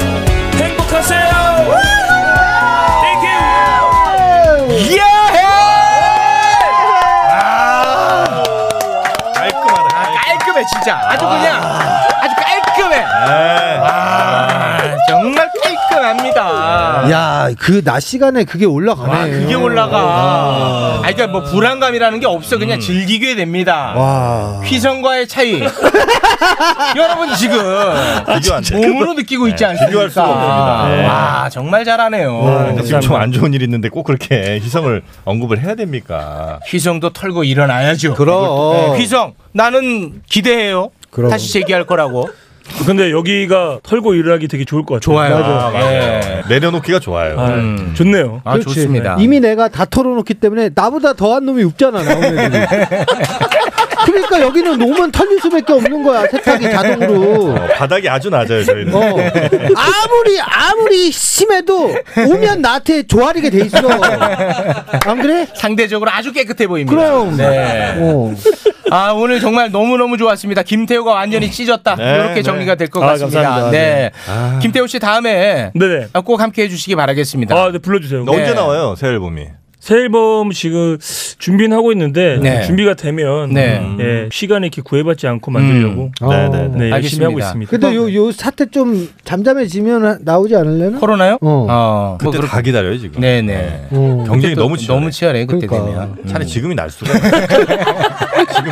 Speaker 7: 아,
Speaker 8: 예! 아, 아. 네.
Speaker 7: 아,
Speaker 3: 그 낮 시간에 그게 올라가네.
Speaker 7: 아, 그게 올라가. 아, 그러니까 뭐 불안감이라는 게 없어.
Speaker 8: 음.
Speaker 7: 그냥 즐기게 됩니다.
Speaker 3: 와.
Speaker 7: 휘성과의 차이. 여러분 지금 몸으로 느끼고 있지 않습니까?
Speaker 8: 비교할 수가 없습니다. 네.
Speaker 7: 와 정말 잘하네요.
Speaker 8: 근데 지금 좀 안 좋은 일이 있는데 꼭 그렇게 희성을 언급을 해야 됩니까?
Speaker 7: 희성도 털고 일어나야죠.
Speaker 8: 그럼.
Speaker 7: 네, 휘성 나는 기대해요. 다시 제기할 거라고.
Speaker 9: 근데 여기가 털고 일하기 되게 좋을 것 같아요.
Speaker 7: 좋아요. 아, 맞아요.
Speaker 8: 내려놓기가 좋아요.
Speaker 9: 아, 좋네요.
Speaker 3: 그렇지. 이미 내가 다 털어놓기 때문에 나보다 더한 놈이 없잖아 나오는 애들이. 그러니까 여기는 놈은 털릴 수밖에 없는 거야 세탁이 자동으로.
Speaker 8: 어, 바닥이 아주 낮아요 저희는. 네.
Speaker 3: 어. 아무리 아무리 심해도 오면 나한테 조아리게 돼 있어. 안 그래?
Speaker 7: 상대적으로 아주 깨끗해 보입니다.
Speaker 3: 그럼.
Speaker 7: 네. 아 오늘 정말 너무 너무 좋았습니다. 김태우가 완전히 찢었다.
Speaker 9: 네,
Speaker 7: 이렇게
Speaker 9: 네.
Speaker 7: 정리가 될 것
Speaker 9: 아,
Speaker 7: 같습니다.
Speaker 9: 감사합니다.
Speaker 7: 네.
Speaker 9: 네. 아.
Speaker 7: 김태우 씨 다음에
Speaker 9: 네네.
Speaker 7: 아, 꼭 함께 해주시기 바라겠습니다.
Speaker 9: 아, 네, 불러주세요.
Speaker 7: 네. 뭐 언제
Speaker 8: 나와요 새 앨범이?
Speaker 9: 새 앨범 지금 준비는 하고 있는데
Speaker 7: 네.
Speaker 9: 준비가 되면
Speaker 7: 네.
Speaker 9: 예, 시간을 이렇게 구애받지 않고 만들려고
Speaker 8: 음. 네, 네, 네. 알겠습니다.
Speaker 9: 열심히 하고 있습니다.
Speaker 3: 근데 요 요 사태 좀 잠잠해지면 나오지 않을래나?
Speaker 7: 코로나요?
Speaker 3: 어.
Speaker 7: 어,
Speaker 8: 그때 다 기다려요 지금.
Speaker 7: 네네. 그때
Speaker 8: 경쟁이
Speaker 7: 또
Speaker 8: 너무 치열해.
Speaker 7: 너무 치열해 그때 되면.
Speaker 8: 차라리 지금이 날 수가. 있어요. 지금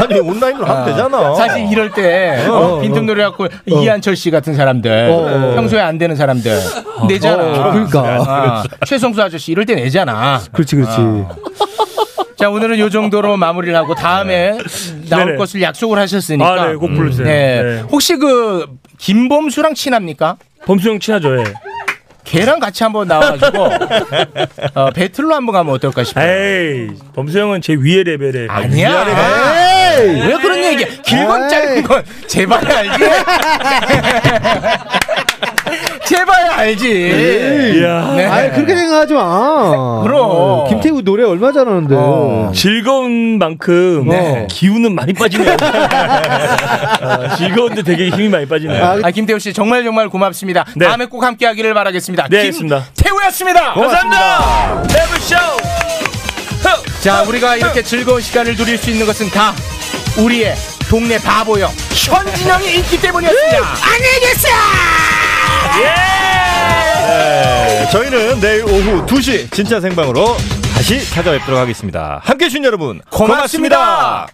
Speaker 8: 아니 온라인으로 하면 되잖아.
Speaker 7: 사실 이럴 때
Speaker 8: 어,
Speaker 7: 어, 빈틈 노래 갖고 이한철 씨 같은 사람들,
Speaker 8: 어, 어.
Speaker 7: 평소에 안 되는 사람들 내잖아.
Speaker 3: 어, 그러니까.
Speaker 7: 아, 최성수 아저씨 이럴 때 내잖아.
Speaker 3: 그렇지 그렇지.
Speaker 7: 자 오늘은 요 정도로 마무리를 하고 다음에 나올
Speaker 9: 네네.
Speaker 7: 것을 약속을 하셨으니까
Speaker 9: 아, 네, 꼭
Speaker 8: 음,
Speaker 9: 불러주세요.
Speaker 7: 네.
Speaker 9: 네.
Speaker 7: 혹시 그 김범수랑 친합니까?
Speaker 9: 범수 형 친하죠. 예.
Speaker 7: 걔랑 같이 한번 나와가지고 어, 배틀로 한번 가면 어떨까 싶어요.
Speaker 9: 에이, 범수 형은 제 위의 레벨에
Speaker 7: 아니야. 에이, 왜 그런 얘기야? 길건 짧은 건 제발 알지. 제발 알지. 네.
Speaker 3: 아 그렇게 생각하지 마.
Speaker 7: 그럼.
Speaker 8: 어.
Speaker 3: 김태우 노래 얼마 잘하는데.
Speaker 9: 즐거운 만큼
Speaker 3: 네.
Speaker 9: 기운은 많이 빠지네요. 아, 즐거운데 되게 힘이 많이 빠지네요.
Speaker 7: 아, 김태우 씨 정말 정말 고맙습니다. 다음에 꼭 함께하기를 바라겠습니다.
Speaker 9: 네, 알겠습니다.
Speaker 7: 태우였습니다.
Speaker 9: 감사합니다. 레브쇼.
Speaker 7: 자, 우리가 이렇게 즐거운 시간을 누릴 수 있는 것은 다 우리의 동네 바보 형 현진영이 있기 때문이었습니다. 안녕히 계세요.
Speaker 8: 네, 저희는 내일 오후 2시 진짜 생방으로 다시 찾아뵙도록 하겠습니다. 함께 해주신 여러분 고맙습니다.
Speaker 7: 고맙습니다.